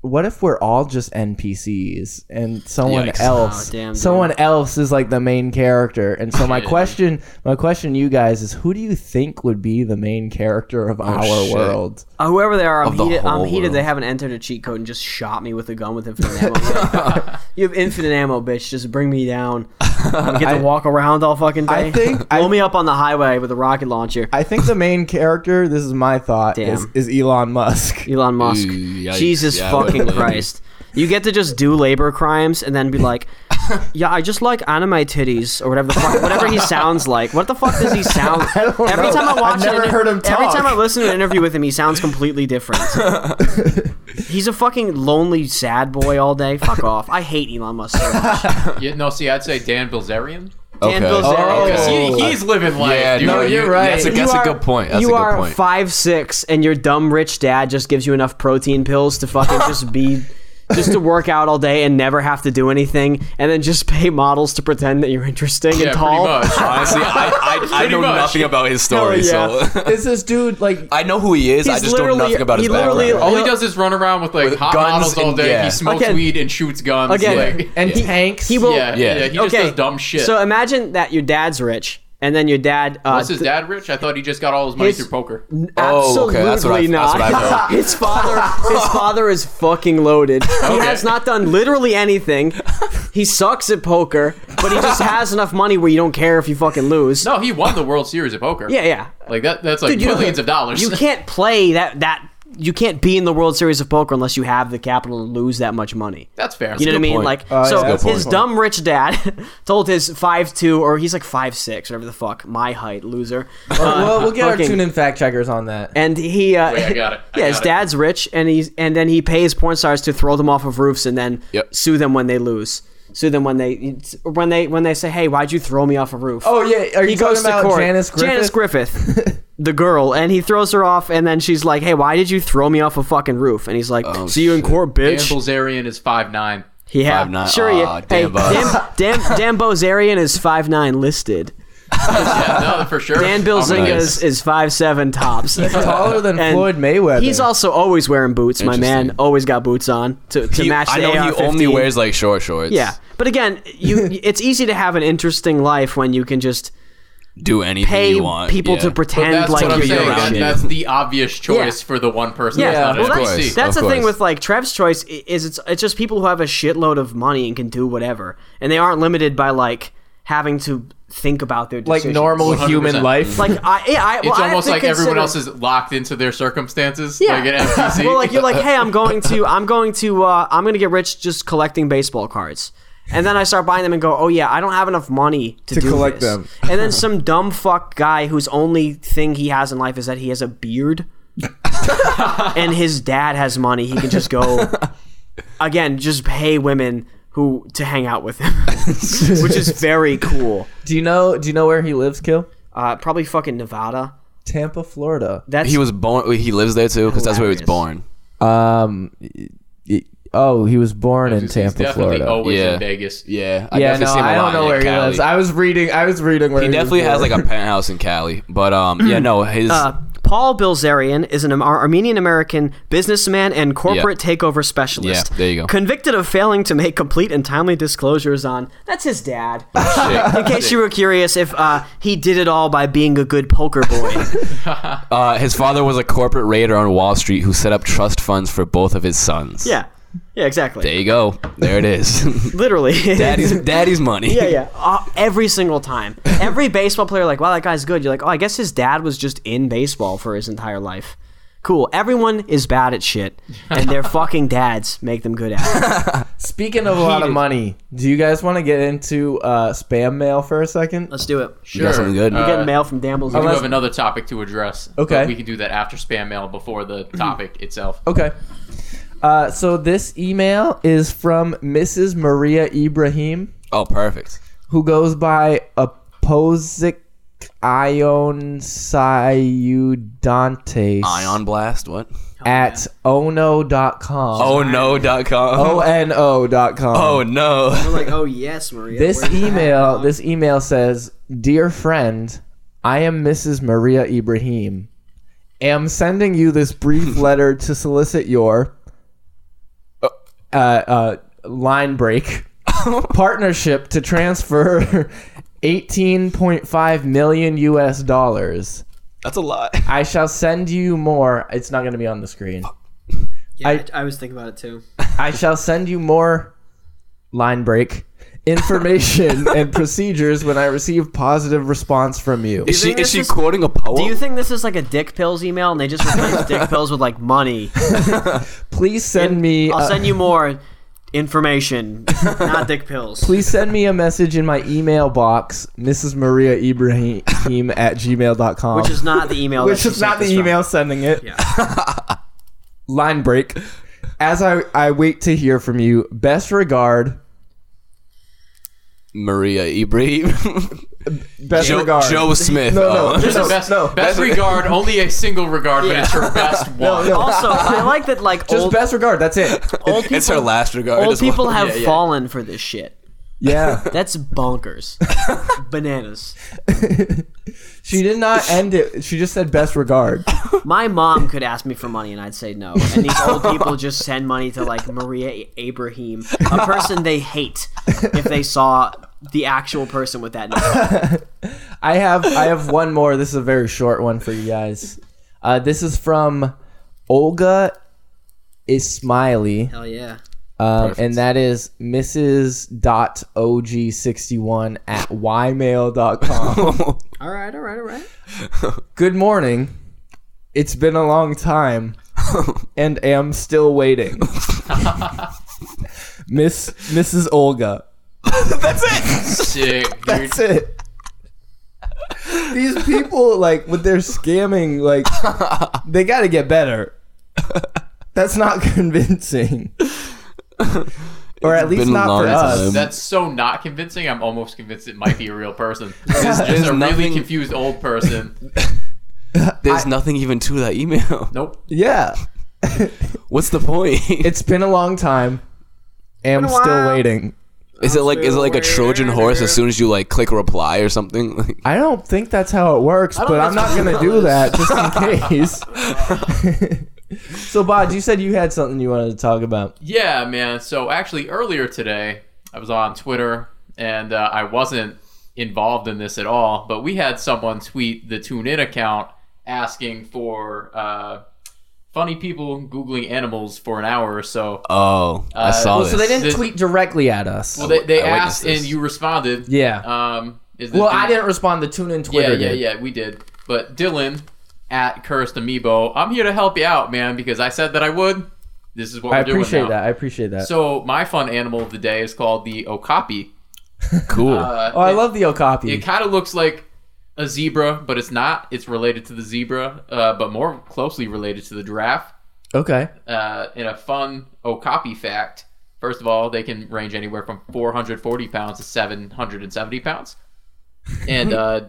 Speaker 1: What if we're all just NPCs and someone
Speaker 3: Yikes.
Speaker 1: else
Speaker 2: Oh, damn, dude.
Speaker 1: someone else is like the main character and
Speaker 2: <laughs>
Speaker 1: so my question my question to you guys is who do you think would be the main character
Speaker 2: Oh,
Speaker 1: of our
Speaker 3: shit.
Speaker 1: world?
Speaker 2: Uh, whoever they are, I'm
Speaker 3: Of the
Speaker 2: heated. I'm
Speaker 3: whole
Speaker 2: heated. They
Speaker 3: world.
Speaker 2: haven't entered a cheat code and just shot me with a gun with infinite ammo. you have infinite ammo, bitch. Just bring me down. I get to walk around all fucking day.
Speaker 1: I think-
Speaker 2: blow
Speaker 1: I-
Speaker 2: me up on the highway with a rocket launcher.
Speaker 1: I think the main character, this is my thought, is,
Speaker 2: Damn.
Speaker 1: is Elon Musk. <laughs>
Speaker 2: Elon Musk.
Speaker 3: Ooh, yikes.
Speaker 2: Jesus
Speaker 3: Yeah,
Speaker 2: fucking
Speaker 3: but-
Speaker 2: Christ. You get to just do labor crimes and then be like, <laughs> yeah, I just like anime titties or whatever the fuck, whatever he sounds like. What the fuck does he
Speaker 1: <laughs>
Speaker 2: sound?
Speaker 1: don't
Speaker 2: every
Speaker 1: know.
Speaker 2: time I
Speaker 1: I've
Speaker 2: watch, an
Speaker 1: never
Speaker 2: inter-
Speaker 1: heard him
Speaker 2: Every
Speaker 1: talk.
Speaker 2: time I listen to an interview with him, he sounds completely
Speaker 1: <laughs>
Speaker 2: different. He's a fucking lonely, sad boy all day. Fuck off. I hate Elon Musk. So much.
Speaker 4: Yeah, no, see, I'd say Dan Bilzerian.
Speaker 2: Dan Bilzerian.
Speaker 4: Because
Speaker 1: Oh.
Speaker 4: he, he's living life.
Speaker 3: Yeah,
Speaker 4: dude.
Speaker 3: no, you're
Speaker 4: You-
Speaker 3: right.
Speaker 4: that's
Speaker 3: That's a,
Speaker 4: a-
Speaker 3: that's
Speaker 2: You
Speaker 3: a
Speaker 2: are-
Speaker 3: good point. That's
Speaker 2: you
Speaker 3: a good
Speaker 2: are
Speaker 3: point.
Speaker 2: five six, and your dumb rich dad just gives you enough protein pills to fucking just
Speaker 4: <laughs>
Speaker 2: be, just to work out all day and never have to do anything, and then just pay models to pretend that you're interesting
Speaker 4: Yeah,
Speaker 2: and <laughs>
Speaker 4: pretty
Speaker 2: tall.
Speaker 4: much.
Speaker 3: Honestly, I, <laughs> I, I
Speaker 4: Pretty
Speaker 3: know
Speaker 4: much.
Speaker 3: nothing about his story,
Speaker 2: Hell
Speaker 3: <laughs>
Speaker 2: yeah.
Speaker 3: so
Speaker 1: It's this dude like
Speaker 3: I know who he is. I
Speaker 2: He's
Speaker 3: just don't know
Speaker 2: literally-
Speaker 3: nothing about his
Speaker 2: he literally-
Speaker 4: All
Speaker 3: background.
Speaker 4: he does is run around with like
Speaker 3: With
Speaker 4: hot
Speaker 3: guns
Speaker 4: models all
Speaker 3: and-
Speaker 4: day.
Speaker 3: yeah.
Speaker 4: He smokes
Speaker 2: Again-
Speaker 4: weed and shoots guns.
Speaker 2: again,
Speaker 4: like,
Speaker 1: and tanks.
Speaker 2: He will.
Speaker 4: yeah,
Speaker 3: Yeah.
Speaker 4: yeah, He just does dumb shit.
Speaker 2: So uh, imagine that your dad's rich, and then your dad. Uh,
Speaker 4: Was his
Speaker 2: th-
Speaker 4: dad rich? I thought he just got all his money
Speaker 2: His-
Speaker 4: through poker.
Speaker 3: Oh,
Speaker 2: Absolutely
Speaker 3: okay, that's what I-
Speaker 2: not.
Speaker 3: that's what I
Speaker 2: <laughs> his father,
Speaker 3: <laughs>
Speaker 2: his father is fucking loaded. He has not done literally anything. He sucks at poker, but he just
Speaker 3: <laughs>
Speaker 2: has enough money where you don't care if you fucking lose.
Speaker 4: No, he won the World Series of poker.
Speaker 2: Yeah, yeah.
Speaker 4: Like that. That's like
Speaker 2: Dude, you-
Speaker 4: millions of dollars.
Speaker 2: You can't play that that you can't be in the World Series of Poker unless you have the capital to lose that much money.
Speaker 4: <laughs> That's fair.
Speaker 2: you know what I mean?
Speaker 3: point.
Speaker 2: Like,
Speaker 1: Oh, yeah,
Speaker 2: so
Speaker 1: that's a good
Speaker 2: his
Speaker 1: point.
Speaker 2: dumb rich dad <laughs> told his five two, or he's like five six, whatever the fuck, my height, loser. Uh,
Speaker 1: well, we'll get our
Speaker 2: fucking-
Speaker 1: tune in fact checkers on that.
Speaker 2: and he, uh,
Speaker 4: Wait, I got it. I
Speaker 2: yeah, his
Speaker 4: got it.
Speaker 2: dad's rich, and he's and then he pays porn stars to throw them off of roofs and then
Speaker 3: Yep.
Speaker 2: sue them when they lose. Sue them when they when they when they say, "Hey, why'd you throw me off a roof?"
Speaker 1: Oh, yeah, are you talking about Janice Griffith?
Speaker 2: Janice Griffith, the girl, and he throws her off, and then she's like, "Hey, why did you throw me off a fucking roof?" And he's like,
Speaker 3: Oh,
Speaker 2: "See you in court,
Speaker 4: Dan
Speaker 2: bitch."
Speaker 4: Bilzerian is
Speaker 2: <laughs>
Speaker 4: five nine.
Speaker 2: yeah,
Speaker 3: Five nine-
Speaker 2: sure. yeah.
Speaker 3: Aw,
Speaker 2: Hey,
Speaker 3: Dan Bos.
Speaker 2: Dan,
Speaker 3: <laughs>
Speaker 2: Dan, Dan Bozarian is five nine listed.
Speaker 4: Yeah, no, for sure.
Speaker 3: <laughs>
Speaker 2: Dan Bilzinga is, is five seven tops.
Speaker 1: taller
Speaker 2: <laughs>
Speaker 1: than
Speaker 2: And
Speaker 1: Floyd Mayweather.
Speaker 2: He's also always wearing boots, my man.
Speaker 3: Interesting.
Speaker 2: Always got boots on to, to
Speaker 3: Oh, He-
Speaker 2: match the
Speaker 3: I know he
Speaker 2: AR-15.
Speaker 3: only wears like short shorts.
Speaker 2: Yeah, but again, you <laughs> it's easy to have an interesting life when you can just
Speaker 3: do anything
Speaker 2: pay
Speaker 3: you want.
Speaker 2: people
Speaker 3: yeah.
Speaker 2: to pretend
Speaker 4: That's
Speaker 2: like
Speaker 4: what I'm
Speaker 2: you're
Speaker 4: saying.
Speaker 2: doing
Speaker 4: That-
Speaker 2: shit.
Speaker 4: that's the obvious choice
Speaker 2: Yeah.
Speaker 4: for the one person.
Speaker 2: Yeah,
Speaker 4: that's not
Speaker 2: well,
Speaker 4: an
Speaker 2: that's,
Speaker 4: NPC.
Speaker 2: that's
Speaker 3: of
Speaker 2: the thing
Speaker 3: course.
Speaker 2: with like Trev's choice i- is it's it's just people who have a shitload of money and can do whatever, and they aren't limited by like having to think about their
Speaker 1: like
Speaker 2: decisions.
Speaker 1: normal
Speaker 4: 100%.
Speaker 1: human life.
Speaker 2: Like I, yeah, I well,
Speaker 4: it's
Speaker 2: I have
Speaker 4: almost
Speaker 2: to
Speaker 4: like everyone
Speaker 2: consider-
Speaker 4: else is locked into their circumstances.
Speaker 2: Yeah. <laughs>
Speaker 4: Like an NPC.
Speaker 2: well, like you're like, hey, I'm going to, I'm going to, uh, I'm going to get rich just collecting baseball cards. And then I start buying them and go, oh yeah, I don't have enough money to,
Speaker 1: To
Speaker 2: do
Speaker 1: collect
Speaker 2: this.
Speaker 1: them.
Speaker 2: And then some dumb fuck guy whose only thing he has in life is that he has a beard, and his dad has money. He can just go again, just pay women who to hang out with him, <laughs> which is very cool.
Speaker 1: Do you know? Do you know where he lives, Kill?
Speaker 2: Uh, probably fucking Nevada.
Speaker 1: Tampa, Florida.
Speaker 2: That's
Speaker 3: He was born. He lives there too because that's where he was
Speaker 2: Hilarious.
Speaker 3: born.
Speaker 1: Um, y- y- oh, he was born in
Speaker 4: He's definitely
Speaker 1: Tampa, Florida.
Speaker 4: always
Speaker 3: Yeah.
Speaker 4: in Vegas.
Speaker 3: Yeah,
Speaker 1: yeah,
Speaker 3: definitely
Speaker 1: no,
Speaker 3: see him a
Speaker 1: I
Speaker 3: lot
Speaker 1: don't know
Speaker 3: in
Speaker 1: where
Speaker 3: Cali.
Speaker 1: he lives. I was reading. I was reading where he,
Speaker 3: He definitely
Speaker 1: was
Speaker 3: has like
Speaker 1: born.
Speaker 3: a penthouse in Cali, but um,
Speaker 2: <clears throat>
Speaker 3: yeah, no, his
Speaker 2: Uh, Paul Bilzerian is an Ar- Armenian American businessman and corporate takeover specialist.
Speaker 3: Yeah, there you go.
Speaker 2: Convicted of failing to make complete and timely disclosures on. That's his dad.
Speaker 3: Oh,
Speaker 2: <laughs>
Speaker 3: shit.
Speaker 2: In case you were curious if uh, he did it all by being a good poker
Speaker 3: <laughs>
Speaker 2: boy. <laughs>
Speaker 3: Uh, his father was a corporate raider on Wall Street who set up trust funds for both of his sons.
Speaker 2: yeah. Yeah, exactly.
Speaker 3: There you go. There
Speaker 2: <laughs>
Speaker 3: it is. <laughs>
Speaker 2: Literally.
Speaker 3: daddy's daddy's money.
Speaker 2: yeah, yeah. Uh, every single time. Every baseball player, like, wow, that guy's good. You're like, oh, I guess his dad was just in baseball for his entire life. Cool. Everyone is bad at shit, and
Speaker 3: <laughs>
Speaker 2: their fucking dads make them good at it.
Speaker 1: Speaking of a lot of
Speaker 2: Heated.
Speaker 1: money, do you guys want to get into uh, spam mail for a second?
Speaker 2: Let's do it.
Speaker 4: Sure.
Speaker 3: something good? You
Speaker 4: Uh,
Speaker 2: Get mail from Dambles.
Speaker 4: we do
Speaker 1: Unless-
Speaker 4: have another topic to address.
Speaker 1: Okay. Hmm. Oh,
Speaker 4: but we can do that after spam mail before the topic itself.
Speaker 1: Okay. Uh, so this email is from Mrs. Maria Ibrahim,
Speaker 3: Oh, perfect.
Speaker 1: who goes by Aposic Ion Sayudantes
Speaker 3: Ion blast. What?
Speaker 1: at ono.com.
Speaker 3: Oh no. Dot com.
Speaker 2: Oh.
Speaker 1: O-N-O dot com.
Speaker 3: Oh no. <laughs>
Speaker 2: like, oh yes, Maria.
Speaker 1: This email, this email says, "Dear friend, I am Mrs. Maria Ibrahim. Am sending you
Speaker 3: <laughs>
Speaker 1: this brief letter to solicit your uh, uh,
Speaker 3: <laughs>
Speaker 1: line break partnership to transfer <laughs> 18.5 million US dollars.
Speaker 3: That's a lot.
Speaker 1: I shall send you more. It's not going to be on the screen. I-
Speaker 2: I was thinking about it too.
Speaker 1: I shall send you more line break information
Speaker 2: <laughs>
Speaker 1: and procedures when I receive positive response from you.
Speaker 3: Is she
Speaker 2: think
Speaker 3: is
Speaker 2: this
Speaker 3: she
Speaker 2: is-
Speaker 3: quoting a poem?
Speaker 2: Do you think this is like a dick pills email, and they just replace
Speaker 1: <laughs>
Speaker 2: dick pills with like money?
Speaker 1: Please send me uh,
Speaker 2: I'll
Speaker 1: a,
Speaker 2: send you more information, not dick pills.
Speaker 1: please send me a message in my email box, Mrs. Maria Ibrahim at gmail.com.
Speaker 2: Which is not the email.
Speaker 1: Which
Speaker 2: that she
Speaker 1: is
Speaker 2: sent
Speaker 1: not the
Speaker 2: this from.
Speaker 1: email sending it.
Speaker 2: Yeah.
Speaker 1: <laughs> line break. As I, I wait to hear from you, best regard.
Speaker 3: Maria Ibrahim? <laughs>
Speaker 1: Best
Speaker 3: Joe,
Speaker 1: regard.
Speaker 3: Joe Smith.
Speaker 1: No,
Speaker 3: Oh.
Speaker 1: no, no,
Speaker 4: best,
Speaker 1: no.
Speaker 4: best regard, only a single regard, but it's her best one.
Speaker 1: <laughs> no.
Speaker 2: Also, I like that like
Speaker 1: Just
Speaker 2: old
Speaker 1: best regard.
Speaker 2: <laughs>
Speaker 1: That's it.
Speaker 2: old people,
Speaker 3: <laughs> It's her last regard.
Speaker 2: old
Speaker 3: as well.
Speaker 2: people have
Speaker 3: <laughs> Yeah, yeah.
Speaker 2: fallen for this shit.
Speaker 1: Yeah.
Speaker 2: That's bonkers,
Speaker 1: <laughs>
Speaker 2: bananas.
Speaker 1: she did not end it. She just said best regard.
Speaker 2: My mom could ask me for money and I'd say no. And these old <laughs> people just send money to like Maria Abraham, a person they hate if they saw the actual person with that name.
Speaker 1: I have I have one more. This is a very short one for you guys. Uh, this is from Olga Ismaili,
Speaker 2: Hell yeah.
Speaker 1: um, and that is Mrs. Dot Og sixty one
Speaker 3: <laughs>
Speaker 1: at ymail.com.
Speaker 2: All right, all right, all right.
Speaker 1: Good morning. It's been a long time, and am still waiting. Miss Mrs. Olga.
Speaker 4: Sick, dude.
Speaker 1: <laughs> That's it. These people, like, with their
Speaker 3: <laughs>
Speaker 1: scamming, like, they got to get better. That's not <laughs> convincing. or at least
Speaker 3: been a
Speaker 1: not
Speaker 3: long
Speaker 1: for us.
Speaker 3: time.
Speaker 4: That's so not convincing. I'm almost convinced it might be a real
Speaker 3: <laughs>
Speaker 4: person. This is
Speaker 3: There's
Speaker 4: just a really
Speaker 3: nothing-
Speaker 4: confused old person.
Speaker 3: There's nothing even to that email. <laughs>
Speaker 4: Nope.
Speaker 1: Yeah.
Speaker 3: What's the point?
Speaker 1: It's been a long time. Am
Speaker 2: a
Speaker 1: still
Speaker 2: while.
Speaker 1: waiting.
Speaker 3: is it like is it like a Trojan horse as soon as you like click reply or something? <laughs> Like,
Speaker 1: I don't think that's how it works, but I'm not
Speaker 2: that's
Speaker 1: going to do that just in case. <laughs> so, Bod, you said you had something you wanted to talk about.
Speaker 4: Yeah, man. So actually, earlier today, I was on Twitter and uh, I wasn't involved in this at all, but we had someone tweet the TuneIn account asking for uh, funny people Googling animals for an hour or so.
Speaker 3: oh, I saw
Speaker 1: Uh, Well,
Speaker 3: this.
Speaker 1: so they didn't
Speaker 4: This-
Speaker 1: tweet directly at us.
Speaker 4: Well, they, they
Speaker 3: I witnessed
Speaker 4: asked and
Speaker 3: this.
Speaker 4: you responded.
Speaker 1: yeah.
Speaker 4: Um, is this
Speaker 1: well,
Speaker 4: dude-
Speaker 1: I didn't respond to tune in
Speaker 4: Yeah,
Speaker 1: Twitter.
Speaker 4: yeah,
Speaker 1: did.
Speaker 4: yeah. We did. But Dylan at Cursed Amiibo, I'm here to help you out, man, because I said that I would. This is what
Speaker 1: I
Speaker 4: we're doing
Speaker 1: appreciate
Speaker 4: now.
Speaker 1: that. I appreciate that.
Speaker 4: So my fun animal of the day is called the okapi.
Speaker 3: Cool.
Speaker 4: Uh,
Speaker 1: oh, I
Speaker 4: it-
Speaker 1: love the Okapi.
Speaker 4: It kind of looks like a zebra, but it's not. It's related to the zebra, uh, but more closely related to the giraffe.
Speaker 1: okay.
Speaker 4: Uh, in a fun okapi fact, first of all, they can range anywhere from 440 pounds to 770 pounds. And
Speaker 1: <laughs>
Speaker 4: uh,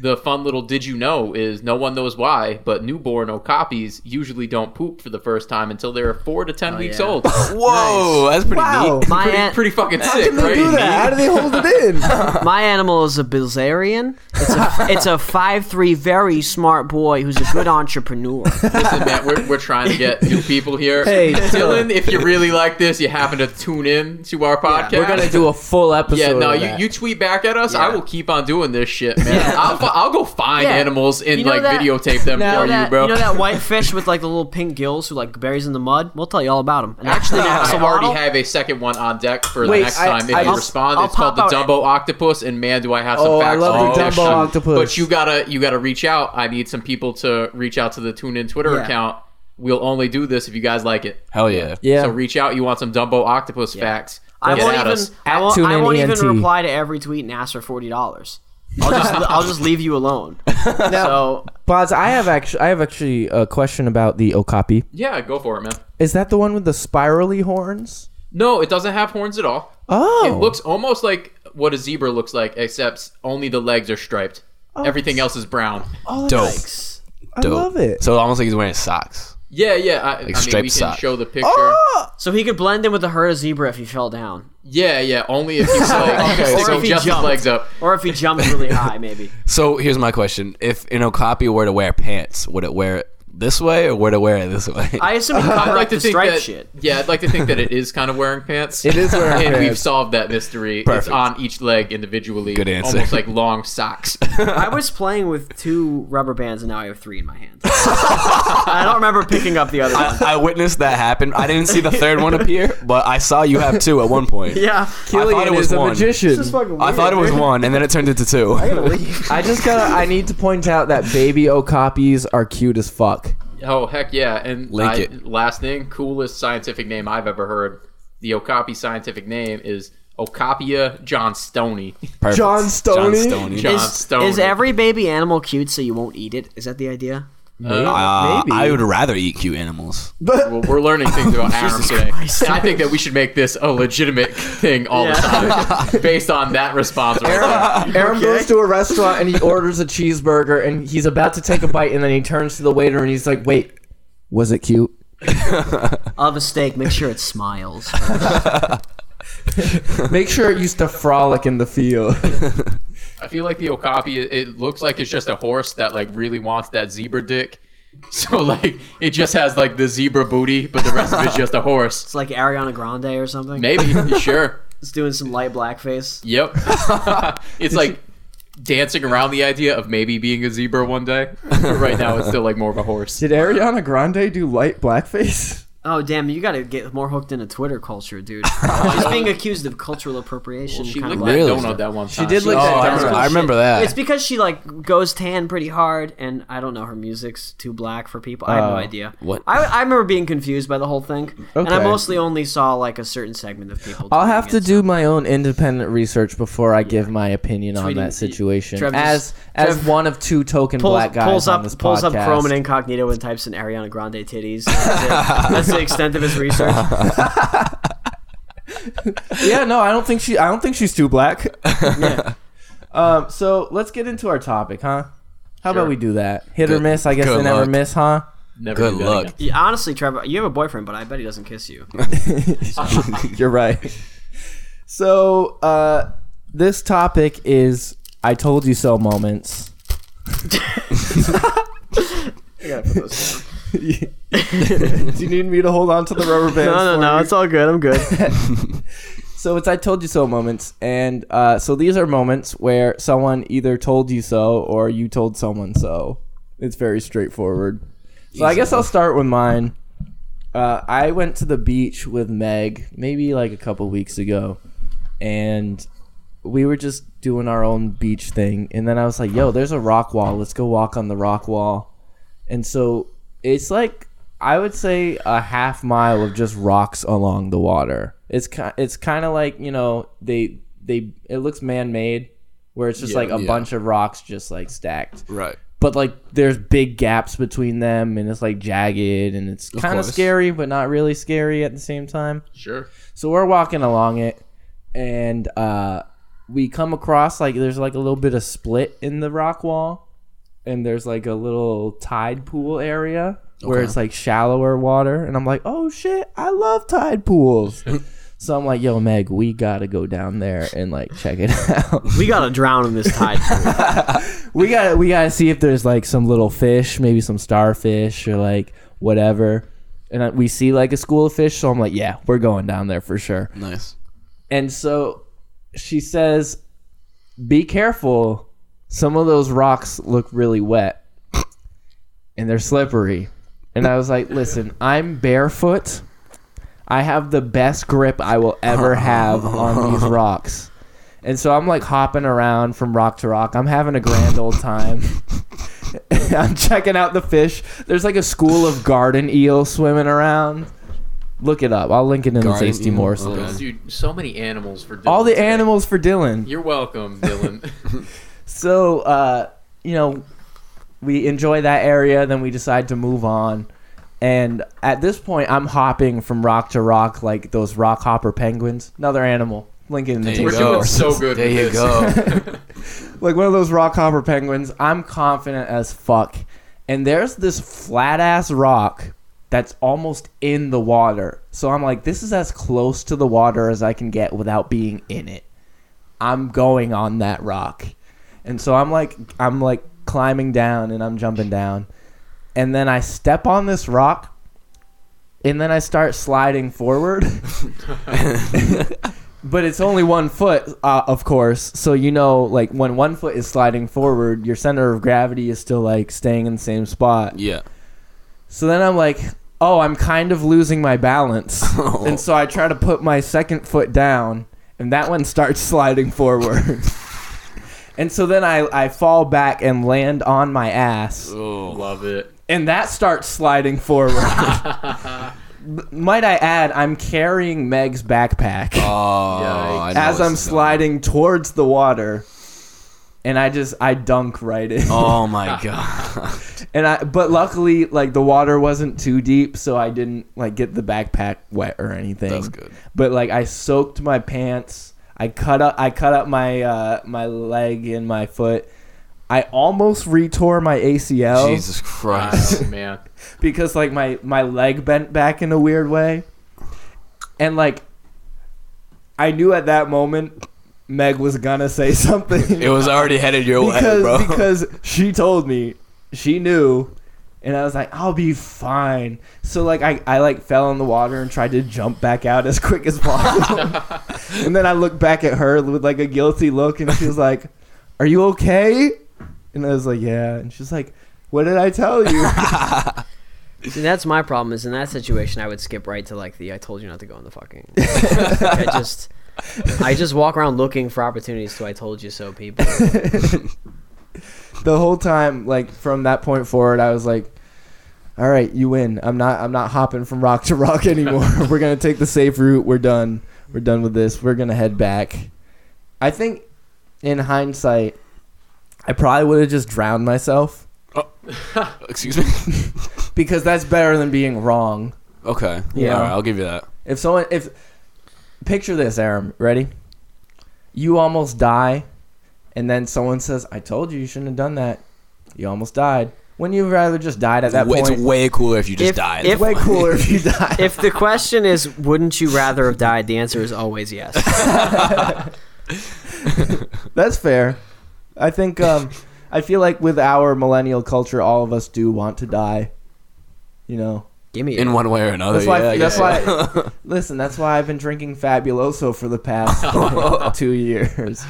Speaker 4: the fun little did you know is no one knows why, but newborn okapis usually don't poop for the first time until they're four to
Speaker 1: Oh,
Speaker 4: 10 weeks
Speaker 2: yeah.
Speaker 1: <laughs>
Speaker 4: old.
Speaker 3: Whoa, that's pretty
Speaker 1: Wow.
Speaker 3: neat.
Speaker 2: My
Speaker 4: pretty,
Speaker 2: aunt,
Speaker 4: pretty fucking
Speaker 1: How
Speaker 4: sick,
Speaker 1: can they
Speaker 4: right?
Speaker 1: do that? How do they hold it <laughs> in?
Speaker 2: my animal is a Bilzerian. It's a it's a five three very smart boy who's a good <laughs> entrepreneur.
Speaker 4: Listen, man, we're, we're trying to get new people here.
Speaker 1: Hey,
Speaker 4: Dylan, if you really like this, you happen to tune in to our podcast.
Speaker 1: We're gonna do a full episode.
Speaker 4: Yeah, no,
Speaker 1: of
Speaker 4: you,
Speaker 1: that.
Speaker 4: you tweet back at us. I
Speaker 2: Yeah.
Speaker 4: will keep on doing this shit, man. I'll, fi- I'll go find
Speaker 2: Yeah.
Speaker 4: animals and
Speaker 2: You know
Speaker 4: like
Speaker 2: that-
Speaker 4: videotape them
Speaker 2: You
Speaker 4: for
Speaker 2: know, that,
Speaker 4: you, bro.
Speaker 2: you know that white fish with like the little pink gills who like buries in the mud? We'll tell you all about him. And <laughs>
Speaker 4: <laughs>
Speaker 2: actually, now
Speaker 4: I
Speaker 2: Solano-
Speaker 4: already have a second one on deck for
Speaker 1: Wait,
Speaker 4: the next
Speaker 1: I-
Speaker 4: time if
Speaker 1: I-
Speaker 4: you
Speaker 1: I'll-
Speaker 4: respond.
Speaker 2: I'll
Speaker 4: it's called the
Speaker 2: pop out-
Speaker 4: Dumbo Octopus, and man, do I have some
Speaker 1: Oh, I
Speaker 4: facts
Speaker 1: love
Speaker 4: on
Speaker 1: the
Speaker 4: this
Speaker 1: Dumbo
Speaker 4: shit.
Speaker 1: Octopus.
Speaker 4: But you gotta you gotta reach out. I need some people to reach out to the TuneIn Twitter
Speaker 2: Yeah.
Speaker 4: account. We'll only do this if you guys like it.
Speaker 3: Hell yeah.
Speaker 1: yeah.
Speaker 4: So reach out. You want some Dumbo Octopus facts?
Speaker 2: I
Speaker 4: Get
Speaker 2: won't
Speaker 4: at
Speaker 2: even.
Speaker 4: us.
Speaker 2: I won't, I
Speaker 1: TuneIn
Speaker 2: won't even
Speaker 1: ENT.
Speaker 2: reply to every tweet and ask for forty dollars. I'll
Speaker 4: <laughs>
Speaker 2: just I'll just leave you alone. so
Speaker 1: Boz, I have actually I have actually a question about the Okapi.
Speaker 4: Yeah, go for it, man.
Speaker 1: Is that the one with the spirally horns?
Speaker 4: No, it doesn't have horns at all.
Speaker 1: Oh,
Speaker 4: It looks almost like what a zebra looks like, except only the legs are striped. Everything else is brown.
Speaker 1: oh, that's-
Speaker 3: Dope.
Speaker 1: I
Speaker 3: Dope.
Speaker 1: love it.
Speaker 3: So almost like he's wearing socks.
Speaker 4: Yeah, yeah. I, I mean, we
Speaker 3: striped
Speaker 4: can
Speaker 3: sock.
Speaker 4: show the picture.
Speaker 2: so he could blend in with the herd of zebra if he fell down,
Speaker 4: Yeah, yeah. Only if you like
Speaker 2: Okay,
Speaker 4: stick
Speaker 2: so-
Speaker 4: just his
Speaker 2: jumped.
Speaker 4: legs up.
Speaker 2: or if he jumped really high, maybe.
Speaker 3: So here's my question: If an okapi were to wear pants, would it wear it this way or would it wear it this way?
Speaker 2: I assume
Speaker 4: <laughs>
Speaker 2: he
Speaker 4: I'd
Speaker 2: covered
Speaker 4: like
Speaker 2: up
Speaker 4: to
Speaker 2: the
Speaker 4: think
Speaker 2: stripe
Speaker 4: that. <laughs>
Speaker 2: shit.
Speaker 4: Yeah, I'd like to think that it is kind of wearing pants.
Speaker 1: It
Speaker 4: <laughs>
Speaker 1: is wearing
Speaker 4: and we've
Speaker 1: pants.
Speaker 4: solved that mystery. It's
Speaker 3: Perfect.
Speaker 4: on each leg individually.
Speaker 3: Good answer.
Speaker 4: Almost like long socks.
Speaker 2: I was playing with two rubber bands and now I have three in my hand. I don't remember picking up the other one.
Speaker 3: I witnessed that happen. I didn't see the third one appear, but I saw you have two at one point.
Speaker 4: <laughs>
Speaker 2: Yeah,
Speaker 3: I thought it
Speaker 1: Killian
Speaker 3: was
Speaker 1: is a
Speaker 3: one.
Speaker 1: magician.
Speaker 3: I thought it was one, and then it turned into two.
Speaker 1: I just gotta. I need to point out that baby okapis are cute as fuck.
Speaker 4: oh heck yeah! And
Speaker 3: Link
Speaker 4: I-
Speaker 3: it.
Speaker 4: last thing, coolest scientific name I've ever heard. The Okapi scientific name is Okapia johnstoni.
Speaker 3: Perfect.
Speaker 1: John Stoney?
Speaker 4: John
Speaker 2: is,
Speaker 4: Stone.
Speaker 2: is every baby animal cute so you won't eat it? Is that the idea?
Speaker 3: Uh,
Speaker 1: Maybe.
Speaker 3: I would rather eat cute
Speaker 1: <laughs>
Speaker 3: animals.
Speaker 4: Well, we're learning things
Speaker 3: <laughs>
Speaker 4: about Adam today. And I think that we should make this a legitimate thing all the <laughs> time based on that response. Right there.
Speaker 1: Aaron goes to a restaurant and he orders a cheeseburger and he's about to take a bite and then he turns to the waiter and he's like, "Wait, was it cute?"
Speaker 2: Of a steak, make sure it smiles.
Speaker 1: Make sure it used to frolic in the field.
Speaker 4: I feel like the Okapi, it- it looks like it's just a horse that like really wants that zebra dick. <laughs> So like it just has like the zebra booty, but the rest of it's just a horse.
Speaker 2: It's like Ariana Grande or something.
Speaker 3: <laughs>
Speaker 4: Maybe, sure.
Speaker 2: It's doing some light blackface.
Speaker 4: <laughs> Yep. it's like dancing around the idea of maybe being a zebra one day. <laughs> But right now it's still like more of a horse.
Speaker 1: <laughs> Did Ariana Grande do light blackface?
Speaker 2: Oh damn, you gotta get more hooked into Twitter culture, dude. She's being accused of cultural appropriation.
Speaker 4: She
Speaker 2: kind
Speaker 4: looked
Speaker 2: of
Speaker 4: like
Speaker 2: like.
Speaker 3: Really?
Speaker 4: donut that one time.
Speaker 1: did look
Speaker 3: Oh,
Speaker 1: Yeah,
Speaker 3: I
Speaker 1: that's
Speaker 3: remember,
Speaker 1: cool
Speaker 3: I remember that.
Speaker 2: It's because she like goes tan pretty hard, and I don't know her music's too black for people. I have no
Speaker 1: Oh.
Speaker 2: idea.
Speaker 3: What?
Speaker 2: I, I remember being confused by the whole thing, and I
Speaker 1: Okay.
Speaker 2: mostly only saw like a certain segment of people.
Speaker 1: I'll
Speaker 2: tweeting
Speaker 1: have to
Speaker 2: it,
Speaker 1: do my own independent research before I give my opinion on
Speaker 2: Tweeting-
Speaker 1: that situation.
Speaker 2: Trev
Speaker 1: as
Speaker 2: just-
Speaker 1: as
Speaker 2: Trev
Speaker 1: one of two token
Speaker 2: pulls,
Speaker 1: black guys
Speaker 2: pulls
Speaker 1: on
Speaker 2: up
Speaker 1: this
Speaker 2: pulls up
Speaker 1: podcast.
Speaker 2: Chrome and Incognito and types in Ariana Grande titties. That's, it. That's the extent of his
Speaker 1: <laughs>
Speaker 2: research.
Speaker 1: <laughs> yeah, no, I don't think she. I don't think she's too black. Um, so let's get into our topic, huh? How
Speaker 4: Sure.
Speaker 1: about we do that? Hit or
Speaker 3: Good-
Speaker 1: miss? I guess
Speaker 3: good
Speaker 1: they never
Speaker 3: luck.
Speaker 1: miss, huh?
Speaker 3: <laughs>
Speaker 4: Never
Speaker 3: Good
Speaker 4: do that
Speaker 3: luck.
Speaker 4: again.
Speaker 2: Yeah, honestly, Trevor, you have a boyfriend, but I bet he doesn't kiss
Speaker 1: <laughs>
Speaker 2: you.
Speaker 1: <laughs> You're right. So uh, this topic is "I told you so" moments. do <laughs> you need me to hold on to the rubber band?
Speaker 2: No, no, no. It's all good. I'm good.
Speaker 1: So it's I told you so moments, and uh, so these are moments where someone either told you so or you told someone so. It's very straightforward. So I guess I'll start with mine. Uh, I went to the beach with Meg maybe like a couple weeks ago, and we were just doing our own beach thing. And then I was like, "Yo, there's a rock wall. Let's go walk on the rock wall." And so it's like I would say a half mile of just rocks along the water. It's kind it's kind of like you know they they it looks man made, where it's just like a
Speaker 3: yeah.
Speaker 1: bunch of rocks just like stacked.
Speaker 3: Right.
Speaker 1: But like there's big gaps between them, and it's like jagged, and it's kind of
Speaker 3: course.
Speaker 1: scary, but not really scary at the same time.
Speaker 4: Sure.
Speaker 1: So we're walking along it, and uh, we come across like there's like a little bit of split in the rock wall, and there's like a little tide pool area where it's like shallower water, and I'm like, oh shit, I love tide pools. so I'm like, yo, Meg, we gotta go down there and like check it <laughs> out.
Speaker 2: We gotta drown in this tide. pool.
Speaker 1: we gotta we gotta see if there's like some little fish, maybe some starfish or like whatever. And I, we see like a school of fish, so I'm like, yeah, we're going down there for sure.
Speaker 3: Nice.
Speaker 1: And so she says, Be careful. Some of those rocks look really wet and they're slippery. And I was like, Listen, I'm barefoot. I have the best grip I will ever have
Speaker 3: <laughs>
Speaker 1: on these rocks. And so I'm like hopping around from rock to rock. I'm having a grand old time. <laughs> I'm checking out the fish. There's like a school of garden eels swimming around. Look it up. I'll link it in
Speaker 3: Garden
Speaker 1: the Tasty
Speaker 3: eel.
Speaker 1: Morse.
Speaker 3: Okay.
Speaker 4: Dude, so many animals for Dylan.
Speaker 1: All the
Speaker 4: today.
Speaker 1: animals for Dylan.
Speaker 4: You're welcome,
Speaker 1: <laughs>
Speaker 4: Dylan.
Speaker 1: So, uh, you know, we enjoy that area, then we decide to move on. And at this point, I'm hopping from rock to rock like those rock hopper penguins. Another animal. Lincoln in the
Speaker 4: We're
Speaker 1: team.
Speaker 4: doing so good
Speaker 3: There
Speaker 4: with
Speaker 3: you
Speaker 4: this.
Speaker 1: <laughs>
Speaker 3: go.
Speaker 1: Like one of those rock hopper penguins. I'm confident as fuck. And there's this flat ass rock that's almost in the water. So I'm like, this is as close to the water as I can get without being in it. I'm going on that rock. And so I'm like I'm like climbing down and I'm jumping down. And then I step on this rock and then I start sliding forward. <laughs> but it's only one foot, uh, of course. So you know like when one foot is sliding forward, your center of gravity is still like staying in the same
Speaker 3: <laughs>
Speaker 1: spot.
Speaker 3: yeah.
Speaker 1: So then I'm like, oh, I'm kind of losing my balance.
Speaker 3: Oh.
Speaker 1: And so I try to put my second foot down, and that one starts <laughs> sliding forward. and so then I, I fall back and land on my
Speaker 4: <laughs>
Speaker 1: ass,
Speaker 3: Oh.
Speaker 4: Love it.
Speaker 1: and that starts sliding forward. Might I add, I'm carrying Meg's backpack
Speaker 3: Oh, I know
Speaker 1: as
Speaker 3: this
Speaker 1: I'm
Speaker 3: is going.
Speaker 1: sliding towards the water. And I just I dunk right in.
Speaker 3: Oh my god.
Speaker 1: <laughs> And I, but luckily, like the water wasn't too deep, so I didn't like get the backpack wet or anything.
Speaker 3: That's good.
Speaker 1: But like I soaked my pants. I cut up. I cut up my uh, my leg and my foot. I almost retore my ACL
Speaker 3: Jesus Christ.
Speaker 4: Oh, man.
Speaker 1: because like my my leg bent back in a weird way, and like I knew at that moment Meg was gonna say <laughs> something
Speaker 3: it was already headed your way,
Speaker 1: because
Speaker 3: bro.
Speaker 1: because she told me she knew and i was like i'll be fine so like I, I like fell in the water and tried to jump back out as <laughs> quick
Speaker 3: <laughs>
Speaker 1: as possible and then i looked back at her with like a guilty look and she was like are you okay and i was like yeah and she's like what did i tell you
Speaker 2: <laughs>
Speaker 3: <laughs>
Speaker 2: See, that's my problem. Is in that situation, I would skip right to like the "I told you not to go in the fucking." I just, I just walk around looking for opportunities to "I told you so" people.
Speaker 1: the whole time like from that point forward i was like all right you win i'm not i'm not hopping from rock to rock <laughs> anymore we're gonna take the safe route we're done we're done with this we're gonna head back i think in hindsight i probably would have just drowned myself
Speaker 3: <laughs> Excuse me. <laughs>
Speaker 1: because that's better than being wrong
Speaker 3: Okay.
Speaker 1: Yeah.
Speaker 3: All right, I'll give you that.
Speaker 1: if someone if picture this aaron ready you almost die and then someone says i told you you shouldn't have done that you almost died wouldn't you rather just died at that
Speaker 3: It's
Speaker 1: point
Speaker 3: way cooler if you just
Speaker 2: If-
Speaker 3: died.
Speaker 2: if-
Speaker 1: way cooler <laughs> if you die.
Speaker 2: If the question is, wouldn't you rather have died? The answer is always yes.
Speaker 1: That's fair. I think um I feel like with our millennial culture all of us do want to die. You know.
Speaker 2: Give me
Speaker 3: in
Speaker 2: it.
Speaker 3: one way or another.
Speaker 1: That's why
Speaker 3: yeah, I
Speaker 1: that's
Speaker 3: guess.
Speaker 1: why Listen, that's why I've been drinking Fabuloso for
Speaker 3: <laughs>
Speaker 1: the past <laughs> 2 years.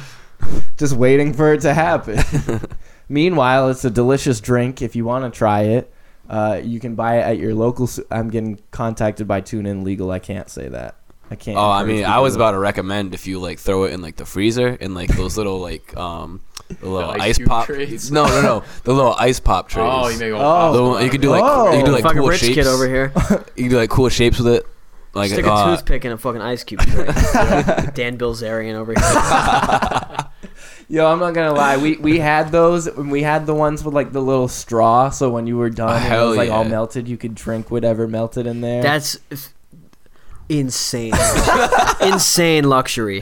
Speaker 1: Just waiting for it to happen.
Speaker 3: <laughs>
Speaker 1: Meanwhile, it's a delicious drink if you want to try it. Uh, you can buy it at your local. Su- I'm getting contacted by TuneIn Legal. I can't say that. I
Speaker 3: <laughs>
Speaker 1: can't.
Speaker 3: Oh, I mean, I was
Speaker 1: about.
Speaker 3: about to recommend if you like throw it in like the freezer in like those little like um the little
Speaker 4: ice
Speaker 3: ice,
Speaker 4: cube
Speaker 3: pop.
Speaker 4: trays?
Speaker 3: No, no, no, the little ice pop trays.
Speaker 4: Oh, you make a
Speaker 1: Oh.
Speaker 3: The one- you could do like
Speaker 1: Oh.
Speaker 3: you could do like
Speaker 2: fucking
Speaker 3: cool
Speaker 2: rich
Speaker 3: shapes.
Speaker 2: kid over here.
Speaker 3: You could do like cool shapes with it. Like
Speaker 2: Stick a
Speaker 3: uh,
Speaker 2: toothpick in a fucking ice cube. tray. Dan Bilzerian over here.
Speaker 1: Yo, I'm not gonna lie. We we had those, and we had the ones with like the little straw. So when you were done, and it
Speaker 3: Hell
Speaker 1: was like all
Speaker 3: yeah.
Speaker 1: melted. You could drink whatever melted in there.
Speaker 2: That's f- insane. insane luxury.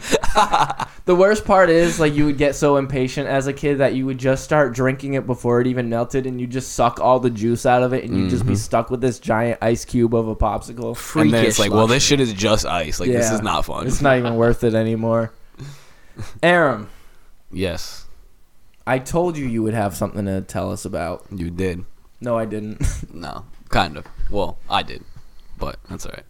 Speaker 1: the worst part is like you would get so impatient as a kid that you would just start drinking it before it even melted, and you just suck all the juice out of it, and you'd just
Speaker 3: Mm-hmm.
Speaker 1: be stuck with this giant ice cube of a popsicle.
Speaker 3: and then it's
Speaker 2: Freakish
Speaker 3: like, well, this
Speaker 2: luxury.
Speaker 3: shit is just ice. Like this is not fun.
Speaker 1: It's not even worth it anymore. Aram,
Speaker 3: yes,
Speaker 1: I told you you would have something to tell us about.
Speaker 3: you did.
Speaker 1: No, I didn't. <laughs>
Speaker 3: No, kind of. Well, I did, but that's all right.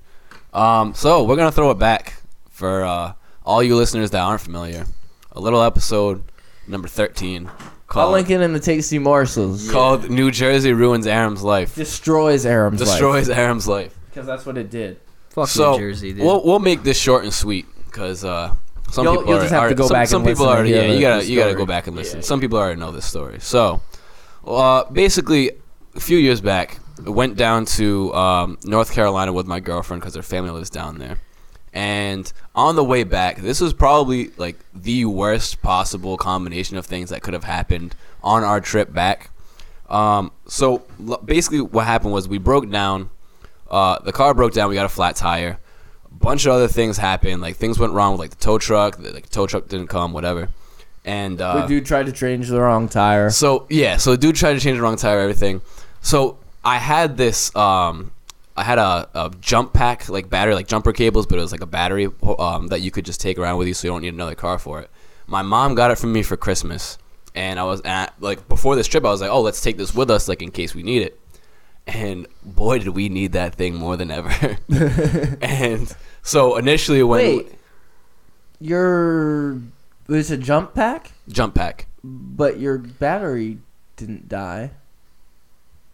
Speaker 3: Um, so we're gonna throw it back for uh, all you listeners that aren't familiar. A little episode number thirteen
Speaker 1: I'll
Speaker 3: called
Speaker 1: link it in the tasty morsels.
Speaker 3: called "New Jersey Ruins Aram's Life."
Speaker 1: Destroys Aram's
Speaker 3: Destroys Aram's life.
Speaker 1: because that's what it did.
Speaker 2: fuck
Speaker 3: So
Speaker 2: New Jersey, dude.
Speaker 3: we'll we'll make this short and sweet because uh, some
Speaker 1: You'll-
Speaker 3: people
Speaker 1: you'll
Speaker 3: are,
Speaker 1: just have
Speaker 3: are-
Speaker 1: to go
Speaker 3: some,
Speaker 1: back
Speaker 3: some
Speaker 1: and
Speaker 3: people
Speaker 1: listen to
Speaker 3: are
Speaker 1: hear
Speaker 3: yeah
Speaker 1: the-
Speaker 3: you gotta
Speaker 1: the
Speaker 3: you gotta
Speaker 1: story.
Speaker 3: go back and listen. Some people already know this story. So, uh, basically, a few years back, I went down to um, North Carolina with my girlfriend because her family lives down there. And on the way back, this was probably like the worst possible combination of things that could have happened on our trip back. Um, so l- basically, what happened was we broke down. Uh, the car broke down. We got a flat tire. A bunch of other things happened. Like things went wrong with like the tow truck. The like, tow truck didn't come. Whatever. And uh,
Speaker 1: The dude tried to change the wrong tire.
Speaker 3: so yeah, so the dude tried to change the wrong tire, everything. So I had this, um, I had a, a jump pack like battery, like jumper cables, but it was like a battery um, that you could just take around with you, so you don't need another car for it. My mom got it for me for Christmas, and I was at like before this trip, I was like, oh, let's take this with us, like in case we need it. And boy, did we need that thing more than ever. <laughs> and so initially, when
Speaker 1: Wait. Your it's a jump pack,
Speaker 3: jump pack,
Speaker 1: but your battery didn't die.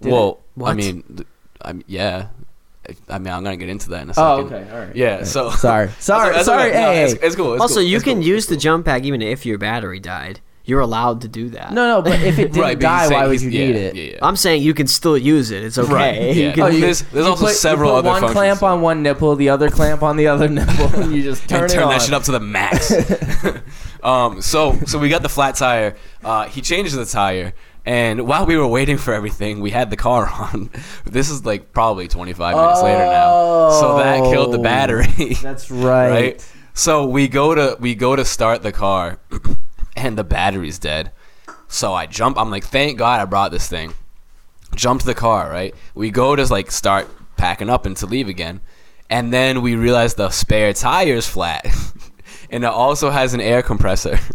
Speaker 1: Did
Speaker 3: well, I
Speaker 2: What?
Speaker 3: mean, th- I'm yeah. I- I mean, I'm gonna get into that in a second.
Speaker 1: Oh, okay, all right.
Speaker 3: Yeah. So <laughs>
Speaker 1: Sorry, sorry,
Speaker 3: That's
Speaker 1: sorry.
Speaker 3: okay. No,
Speaker 1: hey,
Speaker 3: it's, it's cool. it's
Speaker 2: also,
Speaker 3: cool,
Speaker 2: you
Speaker 3: it's
Speaker 2: can
Speaker 3: cool.
Speaker 2: use the jump pack even if your battery died. You're allowed to do that.
Speaker 1: no, no, but if it
Speaker 3: <laughs>
Speaker 1: didn't
Speaker 3: Right, but he's
Speaker 1: die,
Speaker 3: saying
Speaker 1: why would
Speaker 3: he's-
Speaker 1: you
Speaker 3: yeah,
Speaker 1: need it?
Speaker 3: Yeah, yeah.
Speaker 2: I'm saying you can still use it. It's okay. <laughs>
Speaker 3: Right,
Speaker 2: You
Speaker 3: yeah.
Speaker 2: can
Speaker 3: Oh, there's- there's
Speaker 1: you
Speaker 3: also
Speaker 1: put- you
Speaker 3: several
Speaker 1: put
Speaker 3: other
Speaker 1: one
Speaker 3: functions.
Speaker 1: clamp on one nipple, the other clamp on the other <laughs> nipple, and you just turn,
Speaker 3: and
Speaker 1: it
Speaker 3: turn
Speaker 1: on.
Speaker 3: that shit up to the
Speaker 1: <laughs>
Speaker 3: max. um, so so we got the flat tire. Uh, he changed the tire, and while we were waiting for everything, we had the car <laughs> on. this is like probably 25 minutes later now. So that killed the
Speaker 1: Oh.
Speaker 3: battery. <laughs>
Speaker 1: That's right.
Speaker 3: right? So we go to we go to start the car, <clears throat> and the battery's dead. So I jump. I'm like, thank God I brought this thing. Jump to the car, right? We go to like start packing up and to leave again, and then we realize the spare tire's flat, <laughs> and it also has an air compressor. <laughs>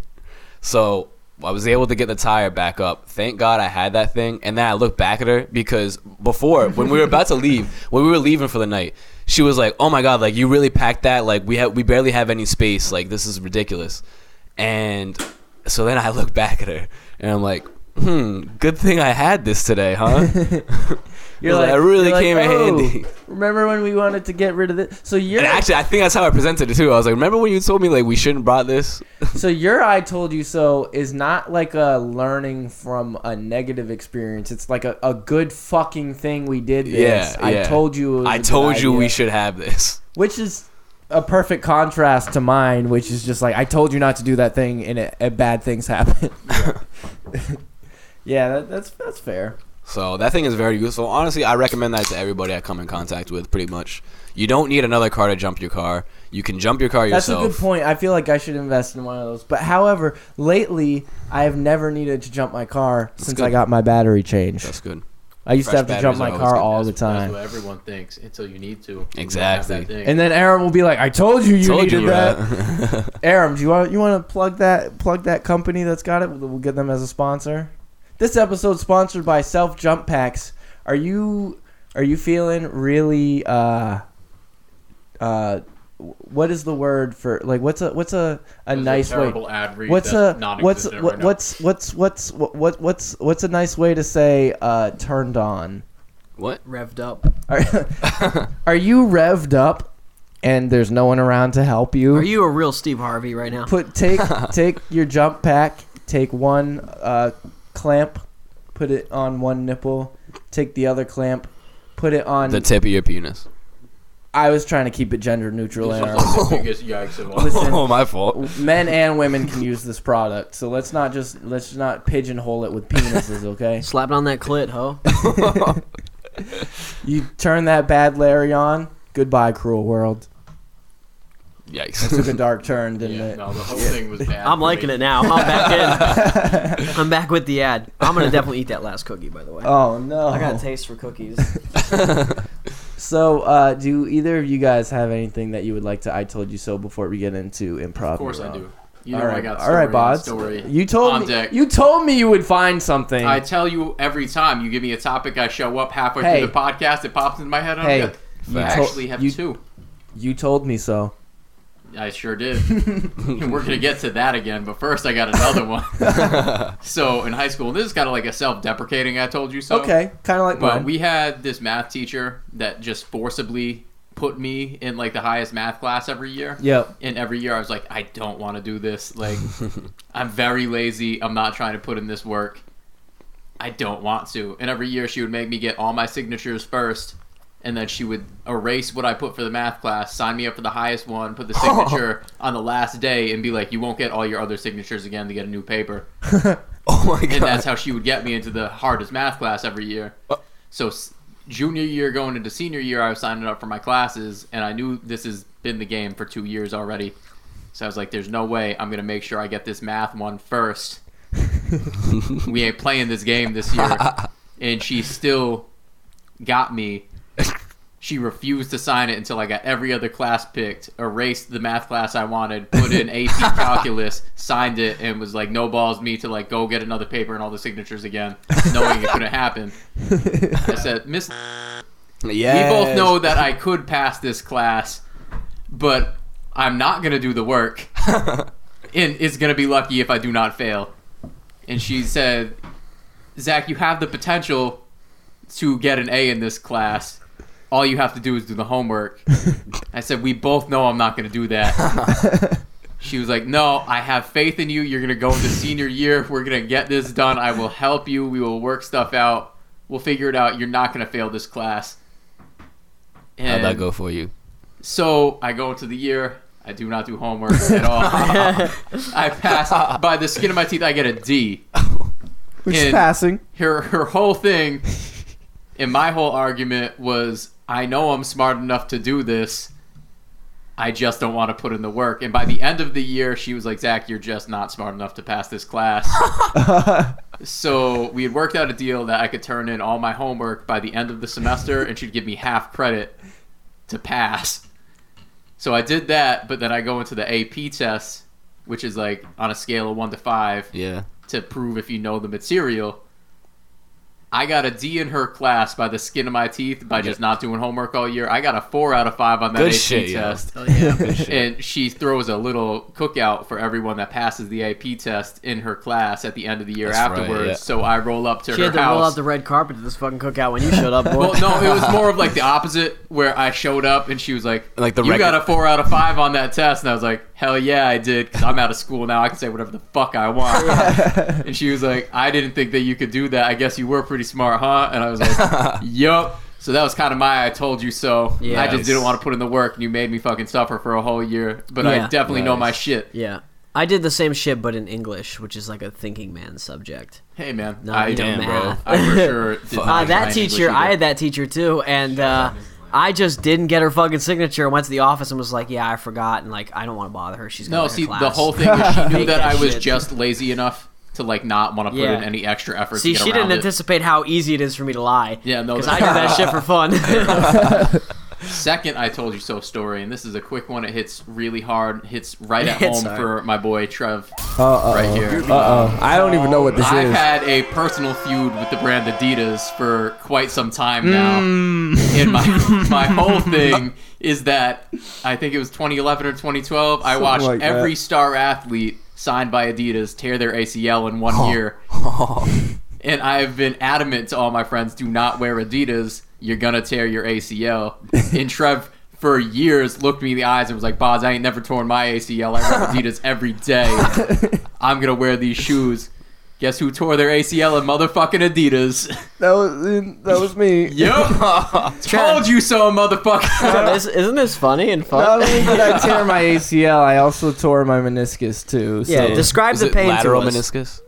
Speaker 3: So I was able to get the tire back up. Thank God I had that thing. And then I looked back at her because before, when we were about to leave, <laughs> when we were leaving for the night, she was like, "Oh my God, like you really packed that. Like we have, we barely have any space. Like this is ridiculous." And so then I looked back at her and I'm like. Hmm. Good thing I had this today, huh?
Speaker 1: <laughs>
Speaker 3: <laughs>
Speaker 1: You're
Speaker 3: That really
Speaker 1: you're like,
Speaker 3: came in
Speaker 1: "Oh,
Speaker 3: handy."
Speaker 1: Remember when we wanted to get rid of this? So you're
Speaker 3: and actually, I think that's how I presented it too. I was like, "Remember when you told me like we shouldn't brought this?"
Speaker 1: So your I told you so is not like a learning from a negative experience. It's like a, a good fucking thing we did this.
Speaker 3: Yeah,
Speaker 1: I
Speaker 3: yeah.
Speaker 1: told you it was a
Speaker 3: I
Speaker 1: good
Speaker 3: told you we
Speaker 1: idea.
Speaker 3: should have this. <laughs>
Speaker 1: Which is a perfect contrast to mine, which is just like I told you not to do that thing and it, and bad
Speaker 3: <laughs>
Speaker 1: things happen. <laughs> yeah, that, that's that's fair.
Speaker 3: So that thing is very useful. Honestly, I recommend that to everybody I come in contact with. Pretty much, you don't need another car to jump your car. You can jump your car
Speaker 1: That's
Speaker 3: yourself.
Speaker 1: a good point. I feel like I should invest in one of those. But however, lately I have never needed to jump my car since I
Speaker 3: good.
Speaker 1: got my battery changed.
Speaker 3: That's good.
Speaker 1: I used to
Speaker 3: fresh
Speaker 1: have to jump
Speaker 3: batteries
Speaker 1: my
Speaker 3: are always
Speaker 1: car
Speaker 3: good.
Speaker 1: all
Speaker 4: That's-
Speaker 1: the
Speaker 4: That's
Speaker 1: time.
Speaker 4: what everyone thinks until you need to.
Speaker 3: Exactly.
Speaker 4: You have that thing.
Speaker 1: And then Aram will be like, "I told you you
Speaker 3: Told
Speaker 1: needed
Speaker 3: you
Speaker 1: that." <laughs>
Speaker 3: that.
Speaker 1: Aram, do you want you want to plug that plug that company that's got it? We'll, we'll get them as a sponsor. This episode's sponsored by Self Jump Packs. Are you are you feeling really uh uh what is the word for like what's a what's a a
Speaker 4: This is
Speaker 1: nice way
Speaker 4: terrible ad read
Speaker 1: what's a
Speaker 4: that's
Speaker 1: what's
Speaker 4: non-existent
Speaker 1: what,
Speaker 4: right now.
Speaker 1: what's what's what's what, what what's what's a nice way to say uh turned on
Speaker 3: <laughs> what?
Speaker 2: Revved up.
Speaker 1: <laughs> are, are you revved up and there's no one around to help you.
Speaker 2: Are you a real Steve Harvey right now?
Speaker 1: put take take your jump pack, take one uh, clamp, put it on one nipple, take the other clamp, put it on.
Speaker 3: The tip of your penis.
Speaker 1: I was trying to keep it gender neutral.
Speaker 4: This
Speaker 1: Aaron.
Speaker 4: is like the biggest yikes
Speaker 1: <laughs>
Speaker 4: of all.
Speaker 3: <laughs>
Speaker 1: Listen,
Speaker 3: Oh, my
Speaker 1: <laughs>
Speaker 3: fault.
Speaker 1: men and women can use this product, so let's not just let's not pigeonhole it with penises. Okay,
Speaker 2: Slap it on that clit, ho.
Speaker 1: you turn that bad Larry on. Goodbye, cruel world. Took a
Speaker 3: Yikes.
Speaker 1: dark turn, didn't
Speaker 4: Yeah,
Speaker 1: it?
Speaker 4: no, the whole thing
Speaker 1: <laughs>
Speaker 4: was bad.
Speaker 2: I'm liking it now. I'm back in.
Speaker 3: <laughs>
Speaker 2: I'm back with the ad. I'm gonna definitely eat that last cookie, by the way.
Speaker 1: Oh no!
Speaker 2: I got a taste for cookies.
Speaker 1: so, uh, do either of you guys have anything that you would like to? I told you so before we get into improv.
Speaker 4: Of course I do. You know
Speaker 1: All right,
Speaker 4: I got
Speaker 1: all right, Bods.
Speaker 4: Story
Speaker 1: You told
Speaker 4: on
Speaker 1: me.
Speaker 4: deck.
Speaker 1: You told me you would find something.
Speaker 4: I tell you every time you give me a topic, I show up halfway
Speaker 1: Hey.
Speaker 4: through the podcast, it pops into my head. I'm
Speaker 1: Hey,
Speaker 4: good.
Speaker 1: you
Speaker 4: I
Speaker 1: to-
Speaker 4: actually have
Speaker 1: you-
Speaker 4: two.
Speaker 1: you told me so.
Speaker 4: I sure
Speaker 1: <laughs>
Speaker 4: did. We're gonna get to that again, but first I got another
Speaker 1: <laughs>
Speaker 4: one. so in high school, this is kind of like a self-deprecating. I told you so.
Speaker 1: okay, kind of like
Speaker 4: But
Speaker 1: mine.
Speaker 4: we had this math teacher that just forcibly put me in like the highest math class every year.
Speaker 1: Yep.
Speaker 4: And every year I was like, I don't want to do this. Like, I'm very lazy. I'm not trying to put in this work. I don't want to. And every year she would make me get all my signatures first. And then she would erase what I put for the math class, sign me up for the highest
Speaker 3: <laughs>
Speaker 4: one, put the signature on the last day, and be like, "You won't get all your other signatures again to get a new paper."
Speaker 3: <laughs> oh my
Speaker 4: and
Speaker 3: god. Uh.
Speaker 4: that's how she would get me into the hardest math class every year. So s- junior year going into senior year, I was signing up for my classes, and I knew this has been the game for two years already. So I was like, "There's no way I'm gonna make sure I get this math one first. we ain't playing this game this year." and she still got me. She refused to sign it until I got every other class picked, erased the math class I wanted, put in AP calculus, signed it, and was like, no balls me to like go get another paper and all the signatures again, knowing it couldn't happen. I said, Miss, we
Speaker 3: Yeah.
Speaker 4: both know that I could pass this class, but I'm not going to do the work and is going to be lucky if I do not fail. And she said, Zach, you have the potential to get an A in this class. All you have to do is do the homework. I said, We both know I'm not going to do that. she was like, No, I have faith in you. You're going to go into senior year. We're going to get this done. I will help you. We will work stuff out. We'll figure it out. You're not going to fail this class.
Speaker 3: How'd
Speaker 4: And
Speaker 3: that go for you?
Speaker 4: so I go into the year. I do not do homework at all. I pass by the skin of my teeth. I get a D.
Speaker 1: Which is
Speaker 4: and- <laughs>
Speaker 1: passing.
Speaker 4: Her her whole thing, and my whole argument was, I know I'm smart enough to do this. I just don't want to put in the work. And by the end of the year, she was like, Zach, you're just not smart enough to pass this class. so we had worked out a deal that I could turn in all my homework by the end of the semester, and she'd give me half credit to pass. So I did that, but then I go into the AP test, which is like on a scale of one to five
Speaker 3: <laughs> Yeah.
Speaker 4: to prove if you know the material. I got a D in her class by the skin of my teeth by just not doing homework all year. I got a four out of five on that
Speaker 3: Good
Speaker 4: AP
Speaker 3: shit, yo.
Speaker 4: test. <laughs>
Speaker 3: Good shit.
Speaker 4: And she throws a little cookout for everyone that passes the AP test in her class at the end of the year
Speaker 3: That's right,
Speaker 4: afterwards.
Speaker 3: yeah.
Speaker 4: So I roll up to
Speaker 2: She
Speaker 4: her
Speaker 2: had to
Speaker 4: house.
Speaker 2: roll out the red carpet to this fucking cookout when you showed up, boy.
Speaker 4: well, no, it was more
Speaker 3: <laughs>
Speaker 4: of like the opposite, where I showed up and she was like,
Speaker 3: Like the
Speaker 4: "You
Speaker 3: record-
Speaker 4: got a four out of five on that test," and I was like, "Hell yeah, I did!" Because I'm out of school now, I can say whatever the fuck
Speaker 3: <laughs>
Speaker 4: I want. and she was like, "I didn't think that you could do that. I guess you were pretty smart, huh?" And I was
Speaker 3: <laughs>
Speaker 4: like, "Yup." So that was kind of my "I told you so." I just
Speaker 3: Yes.
Speaker 4: didn't want to put in the work, and you made me fucking suffer for a whole year. But
Speaker 2: Yeah.
Speaker 4: I definitely know my
Speaker 3: Nice.
Speaker 4: shit.
Speaker 2: <laughs> Yeah. I did the same shit, but in English, which is like a thinking man's subject.
Speaker 4: Hey man,
Speaker 2: No,
Speaker 4: I
Speaker 2: you don't
Speaker 4: damn,
Speaker 2: <laughs>
Speaker 4: bro.
Speaker 2: math.
Speaker 4: I for sure. Did
Speaker 2: Uh,
Speaker 4: not
Speaker 2: that
Speaker 4: mind
Speaker 2: teacher,
Speaker 4: English
Speaker 2: I
Speaker 4: either.
Speaker 2: had that teacher too, and uh, I just didn't get her fucking signature. Went to the office and was like, "Yeah, I forgot," and like, I don't want to bother her. She's
Speaker 4: No,
Speaker 2: gonna
Speaker 4: see,
Speaker 2: class.
Speaker 4: the whole thing
Speaker 2: <laughs>
Speaker 4: was she knew
Speaker 2: Hate
Speaker 4: that
Speaker 2: that
Speaker 4: I was
Speaker 2: shit.
Speaker 4: just lazy enough to like not want to put
Speaker 2: Yeah.
Speaker 4: in any extra effort.
Speaker 2: See,
Speaker 4: to get
Speaker 2: she
Speaker 4: around
Speaker 2: didn't
Speaker 4: it.
Speaker 2: anticipate how easy it is for me to lie.
Speaker 4: Yeah, no,
Speaker 2: because I
Speaker 4: that's-
Speaker 2: do that shit for
Speaker 4: <laughs>
Speaker 2: fun.
Speaker 4: Second, I told you so story, and this is a quick one. It hits really hard. Hits right at
Speaker 2: <laughs> It's
Speaker 4: home
Speaker 2: hard.
Speaker 4: for my boy Trev
Speaker 1: Uh
Speaker 4: right
Speaker 1: oh.
Speaker 4: here.
Speaker 1: Uh oh. I don't even know what this
Speaker 4: I've
Speaker 1: is.
Speaker 4: had a personal feud with the brand Adidas for quite some time now.
Speaker 1: Hmm.
Speaker 4: And
Speaker 1: <laughs>
Speaker 4: my my whole thing is that I think it was 2011 or 2012. I watched
Speaker 1: like that.
Speaker 4: every star athlete signed by Adidas tear their ACL in one
Speaker 1: <laughs>
Speaker 4: year. and I've been
Speaker 1: <laughs>
Speaker 4: adamant to all my friends: do not wear Adidas. You're gonna tear your ACL. And Trev for years looked me in the eyes and was like, Boz, I ain't never torn my ACL. I wear Adidas every day.
Speaker 1: <laughs>
Speaker 4: I'm going to wear these shoes. Guess who tore their ACL in motherfucking
Speaker 3: <laughs>
Speaker 4: Adidas?
Speaker 1: That was that
Speaker 4: <laughs>
Speaker 1: was me.
Speaker 4: Yep. <laughs> Told you so, motherfucker.
Speaker 2: <laughs> This, isn't this funny and fun?
Speaker 1: Not only did I tear my ACL, I also tore my meniscus too. So
Speaker 2: yeah, describe
Speaker 3: Is
Speaker 2: the
Speaker 3: it
Speaker 2: pain
Speaker 3: lateral
Speaker 2: to us.
Speaker 3: meniscus?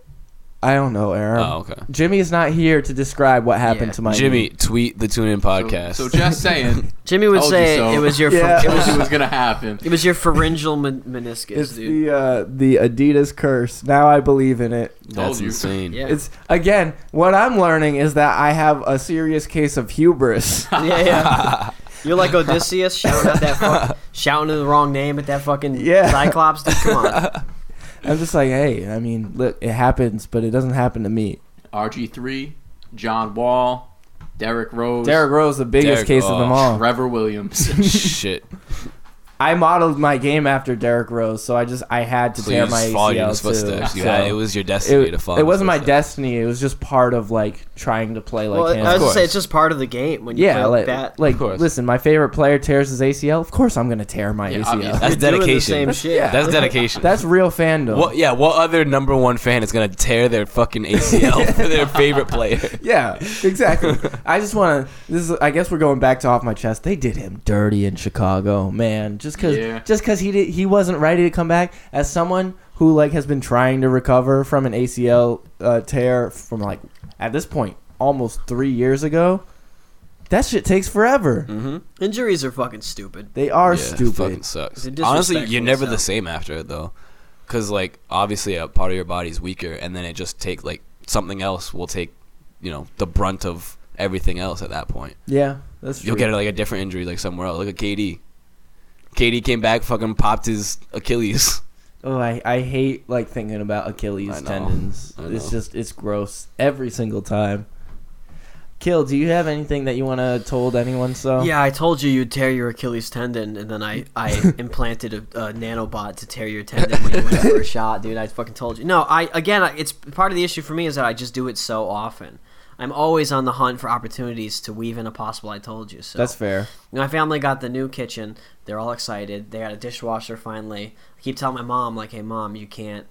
Speaker 1: I don't know, Aaron.
Speaker 3: Oh, okay.
Speaker 1: Jimmy is not here to describe what happened
Speaker 2: Yeah.
Speaker 1: to my
Speaker 3: Jimmy, tweet the Tune In podcast.
Speaker 4: So
Speaker 3: <laughs>
Speaker 4: just saying,
Speaker 2: Jimmy would
Speaker 4: Told
Speaker 2: say
Speaker 4: you so.
Speaker 2: it was your
Speaker 1: Yeah.
Speaker 2: pher- it
Speaker 1: <laughs>
Speaker 4: told
Speaker 2: was
Speaker 4: you it was going to happen.
Speaker 2: it was your pharyngeal men- meniscus,
Speaker 1: It's
Speaker 2: dude.
Speaker 1: the uh, the Adidas curse. Now I believe in it.
Speaker 3: That's
Speaker 4: Told you.
Speaker 3: insane.
Speaker 2: Yeah.
Speaker 1: It's again what I'm learning is that I have a serious case
Speaker 3: <laughs>
Speaker 1: of hubris.
Speaker 2: <laughs> yeah,
Speaker 1: <laughs>
Speaker 2: yeah. You're like Odysseus shouting out that fuck, shouting the wrong name at that fucking
Speaker 1: Yeah.
Speaker 2: Cyclops. Dude, come
Speaker 1: <laughs>
Speaker 2: on.
Speaker 1: I'm just like, hey, I mean, look, it happens, but it doesn't happen to me.
Speaker 4: RG3, John Wall, Derek Rose,
Speaker 1: Derrick Rose, the
Speaker 3: Derrick-
Speaker 1: biggest case of
Speaker 3: oh.
Speaker 1: them all.
Speaker 4: Trevor <laughs> Williams.
Speaker 3: <laughs> Shit.
Speaker 1: I modeled my game after Derrick Rose, so I just I had to
Speaker 3: So
Speaker 1: tear
Speaker 3: you
Speaker 1: my
Speaker 3: just followed in his
Speaker 1: ACL
Speaker 3: footsteps.
Speaker 1: too.
Speaker 3: You had-
Speaker 1: So
Speaker 3: it was your destiny
Speaker 1: it,
Speaker 3: to follow.
Speaker 1: it
Speaker 3: in his
Speaker 1: wasn't my
Speaker 3: footsteps.
Speaker 1: destiny. It was just part of like trying to play like
Speaker 2: Well,
Speaker 1: him.
Speaker 2: I was gonna say
Speaker 3: course.
Speaker 2: it's just part of the game when you
Speaker 1: yeah,
Speaker 2: play
Speaker 1: like,
Speaker 2: that.
Speaker 1: like
Speaker 3: course.
Speaker 1: listen, my favorite player tears his ACL. Of course, I'm gonna tear my ACL.
Speaker 4: obviously.
Speaker 3: That's
Speaker 2: You're doing the
Speaker 3: dedication.
Speaker 2: same shit.
Speaker 3: <laughs>
Speaker 1: yeah.
Speaker 3: That's dedication.
Speaker 1: That's real fandom.
Speaker 3: What? Yeah. What other number one fan is gonna tear their fucking
Speaker 1: <laughs>
Speaker 3: ACL for their favorite player?
Speaker 1: Yeah, exactly. I just want to. This is. I guess we're going back to off my chest. They did him dirty in Chicago, man. Just because.
Speaker 4: Yeah.
Speaker 1: Just because he did. He wasn't ready to come back. As someone who like has been trying to recover from an ACL uh, tear from like at this point almost three years ago, that shit takes forever.
Speaker 2: <laughs> Injuries are fucking stupid.
Speaker 1: They are
Speaker 3: Yeah, fucking
Speaker 1: stupid.
Speaker 3: sucks.
Speaker 2: It's a
Speaker 3: Honestly,
Speaker 2: disrespectful
Speaker 3: you're never the
Speaker 2: sound.
Speaker 3: same after it though, because like obviously a part of your body's weaker, and then it just take like something else will take, you know, the brunt of everything else at that point.
Speaker 1: Yeah, that's true.
Speaker 3: You'll get like a different injury like somewhere else. Look at KD. KD came back, fucking popped his Achilles. <laughs>
Speaker 1: Oh, I, I hate like thinking about Achilles
Speaker 3: I know.
Speaker 1: tendons.
Speaker 3: I
Speaker 1: It's
Speaker 3: know.
Speaker 1: just it's gross every single time. Kill, do you have anything that you want to told anyone so?
Speaker 2: Yeah, I told you you'd tear your Achilles tendon, and then I,
Speaker 1: <laughs>
Speaker 2: I implanted a, a nanobot to tear your tendon when you went for a shot, dude. I fucking told you. No, I again, I- it's part of the issue for me is that I just do it so often. I'm always on the hunt for opportunities to weave in a possible "I told you." So
Speaker 1: That's fair.
Speaker 2: My family got the new kitchen. They're all excited. They got a dishwasher finally. I keep telling my mom, like, hey, mom, you can't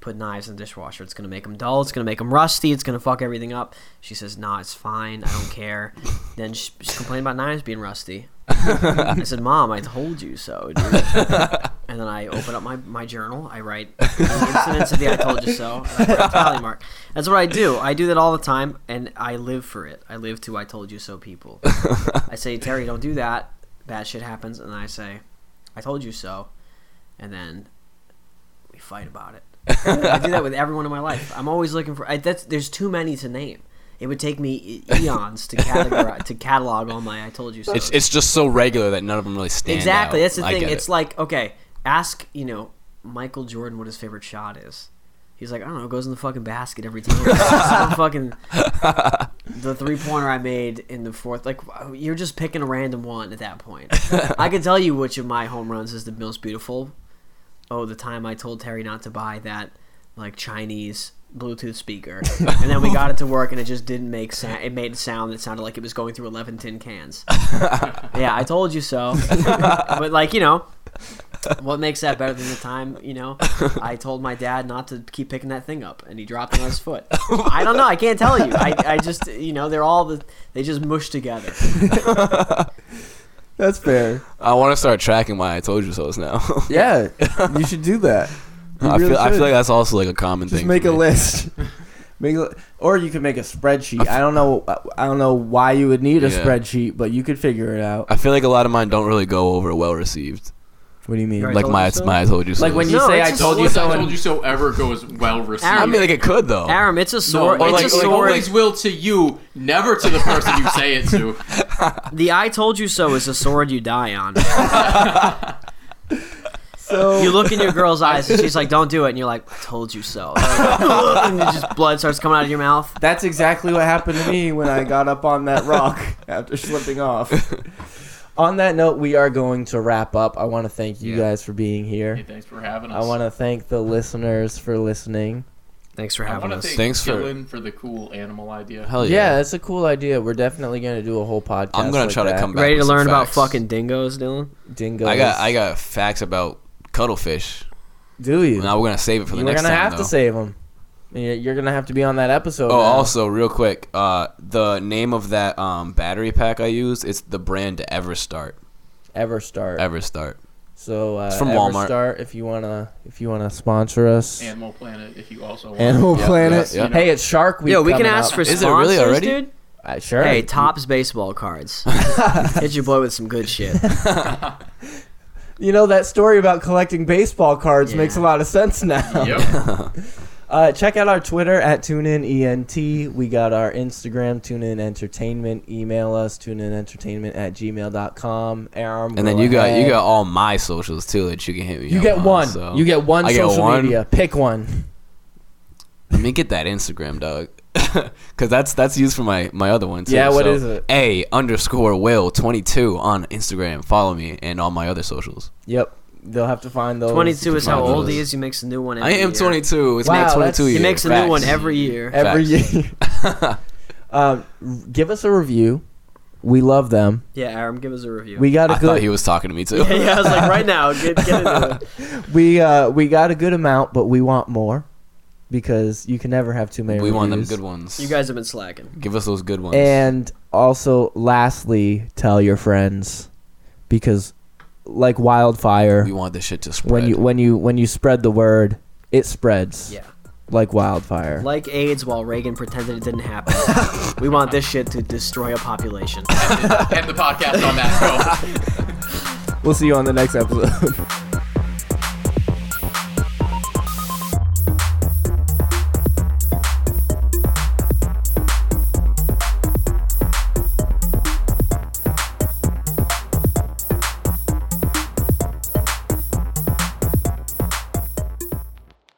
Speaker 2: put knives in the dishwasher. It's going to make them dull. It's going to make them rusty. It's going to fuck everything up. She says, nah, it's fine. I don't care. then she, she complained about knives being rusty. I said, mom, I told you so, dude. and then I open up my, my journal. I write the incidents of the I told you so. and I put a tally mark. That's what I do. I do that all the time, and I live for it. I live to I told you so people. I say, Terry, don't do that. Bad shit happens, and I say, I told you so, and then we fight about it. I do that with everyone in my life. I'm always looking for. I, that's, there's too many to name. It would take me e- eons to categorize, to catalog all my I told you so.
Speaker 3: It's it's just so regular that none of them really stand
Speaker 2: exactly.
Speaker 3: out.
Speaker 2: That's the
Speaker 3: I
Speaker 2: thing.
Speaker 3: get
Speaker 2: It's
Speaker 3: it.
Speaker 2: like okay, ask you know Michael Jordan what his favorite shot is. He's like, I don't know, it goes in the fucking basket every
Speaker 3: <laughs>
Speaker 2: time. Some fucking the three pointer I made in the fourth. Like you're just picking a random one at that
Speaker 3: <laughs>
Speaker 2: point. I can tell you which of my home runs is the most beautiful. Oh, the time I told Terry not to buy that like Chinese Bluetooth speaker, and
Speaker 3: <laughs>
Speaker 2: then we got it to work, and it just didn't make sound. It made a sound that sounded like it was going through eleven tin cans. yeah, I told you so. but like you know, what makes that better than the time you know I told my dad not to keep picking that thing up, and he dropped it on his foot. I don't know. I can't tell you. I, I just you know they're all the they just mush together.
Speaker 1: That's fair.
Speaker 3: I want to start tracking my I told you so's now. <laughs>
Speaker 1: Yeah, you should do that. You
Speaker 3: I
Speaker 1: really
Speaker 3: feel I feel
Speaker 1: should.
Speaker 3: like that's also like a common
Speaker 1: just
Speaker 3: thing.
Speaker 1: make
Speaker 3: for
Speaker 1: a
Speaker 3: me. <laughs>
Speaker 1: list. Make a, or you could make a spreadsheet. I don't know. I don't know why you would need a
Speaker 3: Yeah.
Speaker 1: spreadsheet, but you could figure it out.
Speaker 3: I feel like a lot of mine don't really go over well received.
Speaker 1: What do you mean?
Speaker 2: Right. I
Speaker 3: Like
Speaker 1: Like,
Speaker 2: told
Speaker 3: my
Speaker 2: you so?
Speaker 3: my I told you so.
Speaker 1: like when
Speaker 3: is-
Speaker 1: you
Speaker 2: No,
Speaker 1: say
Speaker 2: it's
Speaker 1: "I
Speaker 2: just
Speaker 1: told you
Speaker 4: What
Speaker 1: so,"
Speaker 4: I told
Speaker 1: and
Speaker 4: you so ever goes well received.
Speaker 3: I mean, like it could though.
Speaker 2: Aram, it's a
Speaker 4: No,
Speaker 2: sore.
Speaker 4: like,
Speaker 2: it's
Speaker 4: like,
Speaker 2: a sore.
Speaker 4: always will to you, never to the person you say it <laughs> to.
Speaker 2: the I told you so is a sword you die on.
Speaker 1: <laughs> so
Speaker 2: You look in your girl's eyes and she's like, "Don't do it," and you're like, "I told you
Speaker 1: <laughs>
Speaker 2: so." and then just blood starts coming out of your mouth.
Speaker 1: That's exactly what happened to me when I got up on that <laughs> rock after slipping off. <laughs> on that note, we are going to wrap up. I want to thank you guys for being here.
Speaker 4: Hey, thanks for having us.
Speaker 1: I want to thank the listeners for listening.
Speaker 2: Thanks for
Speaker 4: I
Speaker 2: having
Speaker 4: want to
Speaker 2: us.
Speaker 4: thank
Speaker 3: Thanks for-
Speaker 4: Dylan for the cool animal idea.
Speaker 3: Hell
Speaker 1: Yeah,
Speaker 3: Oh, yeah.
Speaker 1: that's a cool idea. We're definitely gonna do a whole podcast.
Speaker 3: I'm gonna
Speaker 1: like
Speaker 3: try
Speaker 1: that.
Speaker 3: to come back.
Speaker 2: Ready
Speaker 3: with
Speaker 2: to
Speaker 3: some
Speaker 2: learn about
Speaker 3: facts.
Speaker 2: fucking dingoes, Dylan?
Speaker 1: Dingo.
Speaker 3: I got I got facts about cuttlefish.
Speaker 1: Do you?
Speaker 3: Now we're gonna save it for the
Speaker 1: We're
Speaker 3: next
Speaker 1: gonna
Speaker 3: time.
Speaker 1: have
Speaker 3: though.
Speaker 1: to save him. You're you're gonna have to be on that episode.
Speaker 3: Oh,
Speaker 1: now.
Speaker 3: also real quick, uh, the name of that um, battery pack I used, it's the brand EverStart.
Speaker 1: EverStart.
Speaker 3: EverStart.
Speaker 1: so uh,
Speaker 3: It's from Walmart.
Speaker 1: EverStart, if you wanna, if you wanna sponsor us,
Speaker 4: Animal Planet, if you also want.
Speaker 1: Animal
Speaker 3: Yeah,
Speaker 1: Planet.
Speaker 3: yeah, yeah.
Speaker 1: Hey, it's Shark Week.
Speaker 2: Yo, we can
Speaker 1: coming
Speaker 2: ask
Speaker 1: up.
Speaker 2: for
Speaker 3: Is
Speaker 2: sponsors,
Speaker 3: it really already?
Speaker 2: dude.
Speaker 1: Uh, sure.
Speaker 2: Hey, Topps baseball <laughs> cards. Hit your boy with some good <laughs> shit.
Speaker 1: you know that story about collecting baseball cards
Speaker 2: Yeah.
Speaker 1: makes a lot of sense
Speaker 2: <laughs>
Speaker 1: now.
Speaker 4: Yep.
Speaker 1: Uh, check out our Twitter at TuneInENT. We got our Instagram, TuneIn Entertainment. Email us, tuneinentertainment at gmail.com. Aram,
Speaker 3: And then
Speaker 1: go
Speaker 3: you got you
Speaker 1: ahead.
Speaker 3: got all my socials too that you can hit me.
Speaker 1: You
Speaker 3: up
Speaker 1: get
Speaker 3: on,
Speaker 1: one.
Speaker 3: so-
Speaker 1: You get one
Speaker 3: I get
Speaker 1: social
Speaker 3: one?
Speaker 1: media. Pick one.
Speaker 3: Let me get that Instagram, dog. <laughs> Cause that's that's used for my my other one too.
Speaker 1: Yeah, what
Speaker 3: what is
Speaker 1: is it?
Speaker 3: A underscore will twenty two on Instagram. Follow me and all my other socials.
Speaker 1: Yep. They'll have to find those.
Speaker 2: 22 is how
Speaker 3: Sponsors.
Speaker 2: old he is. He makes a new one every
Speaker 3: I am
Speaker 2: year.
Speaker 3: twenty two. It's
Speaker 1: Wow,
Speaker 3: my twenty
Speaker 1: that's-
Speaker 3: two
Speaker 1: he
Speaker 3: year.
Speaker 2: He makes a new one
Speaker 3: Facts. <laughs>
Speaker 2: every year.
Speaker 1: <laughs> every
Speaker 3: Facts.
Speaker 1: year. <laughs> um, r- give us a review. We love them.
Speaker 2: Yeah, Aram, give us a review.
Speaker 1: We got a
Speaker 3: I
Speaker 1: good.
Speaker 3: thought he was talking to me too.
Speaker 2: <laughs> yeah, I was like, right now, get, get into <laughs> it.
Speaker 1: we uh, we got a good amount, but we want more because you can never have too
Speaker 3: <laughs>
Speaker 1: many.
Speaker 3: we want them
Speaker 1: reviews.
Speaker 3: good ones.
Speaker 2: You guys have been slacking.
Speaker 3: give us those good ones.
Speaker 1: And also, lastly, tell your friends because, like wildfire,
Speaker 3: we want this shit to spread.
Speaker 1: when you when you when you spread the word, it spreads
Speaker 2: Yeah.
Speaker 1: like wildfire.
Speaker 2: Like AIDS while Reagan pretended it didn't <laughs> happen. we want this shit to destroy a population.
Speaker 4: End the podcast on that note.
Speaker 1: We'll see you on the next episode.
Speaker 4: <laughs>
Speaker 1: <laughs>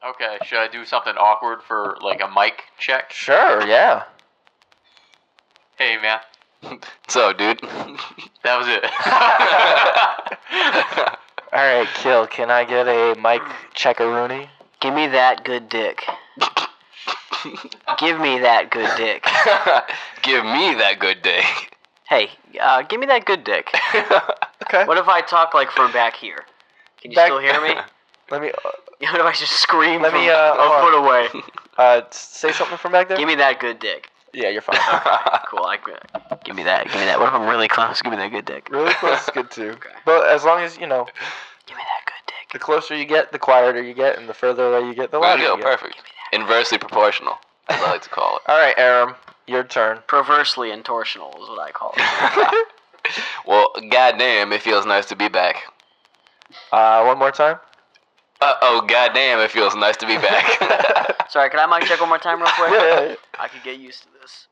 Speaker 4: Okay, should I do something awkward for like a mic check?
Speaker 3: sure, yeah.
Speaker 4: Hey, man, <laughs>
Speaker 3: So, dude.
Speaker 4: that was it.
Speaker 1: All right, kill. Can I get a Mike Checkaroonie?
Speaker 2: Give me that good dick. give me that good dick.
Speaker 3: <laughs> give me that good day.
Speaker 2: Hey, uh, give me that good
Speaker 3: <laughs>
Speaker 2: dick.
Speaker 1: Okay.
Speaker 2: What if I talk like from back here? Can you
Speaker 1: Back-
Speaker 2: still hear me?
Speaker 1: <laughs> Let me uh,
Speaker 2: <laughs> what if I just scream
Speaker 1: Let
Speaker 2: from
Speaker 1: me, uh,
Speaker 2: a
Speaker 1: hold
Speaker 2: foot away?
Speaker 1: <laughs> uh, say something from back there.
Speaker 2: Give me that good dick.
Speaker 1: yeah, you're fine.
Speaker 2: Cool. I, give me that. Give me that. What if I'm really close? Give me that good dick.
Speaker 1: really close is good too. But as long as you know,
Speaker 2: Give me that good dick.
Speaker 1: the closer you get, the quieter you get, and the further away you get, the louder you
Speaker 3: Radio
Speaker 1: get.
Speaker 3: perfect. Inversely proportional, as I like to call it.
Speaker 1: All right, Aram, your turn.
Speaker 2: Perversely intorsional is what I call
Speaker 3: <laughs>
Speaker 2: it.
Speaker 3: Well, goddamn, it feels nice to be back.
Speaker 1: Uh, one more time.
Speaker 3: Uh oh, goddamn, it feels nice to be back.
Speaker 2: Sorry, can I mic check one more time real quick? I could get used to this.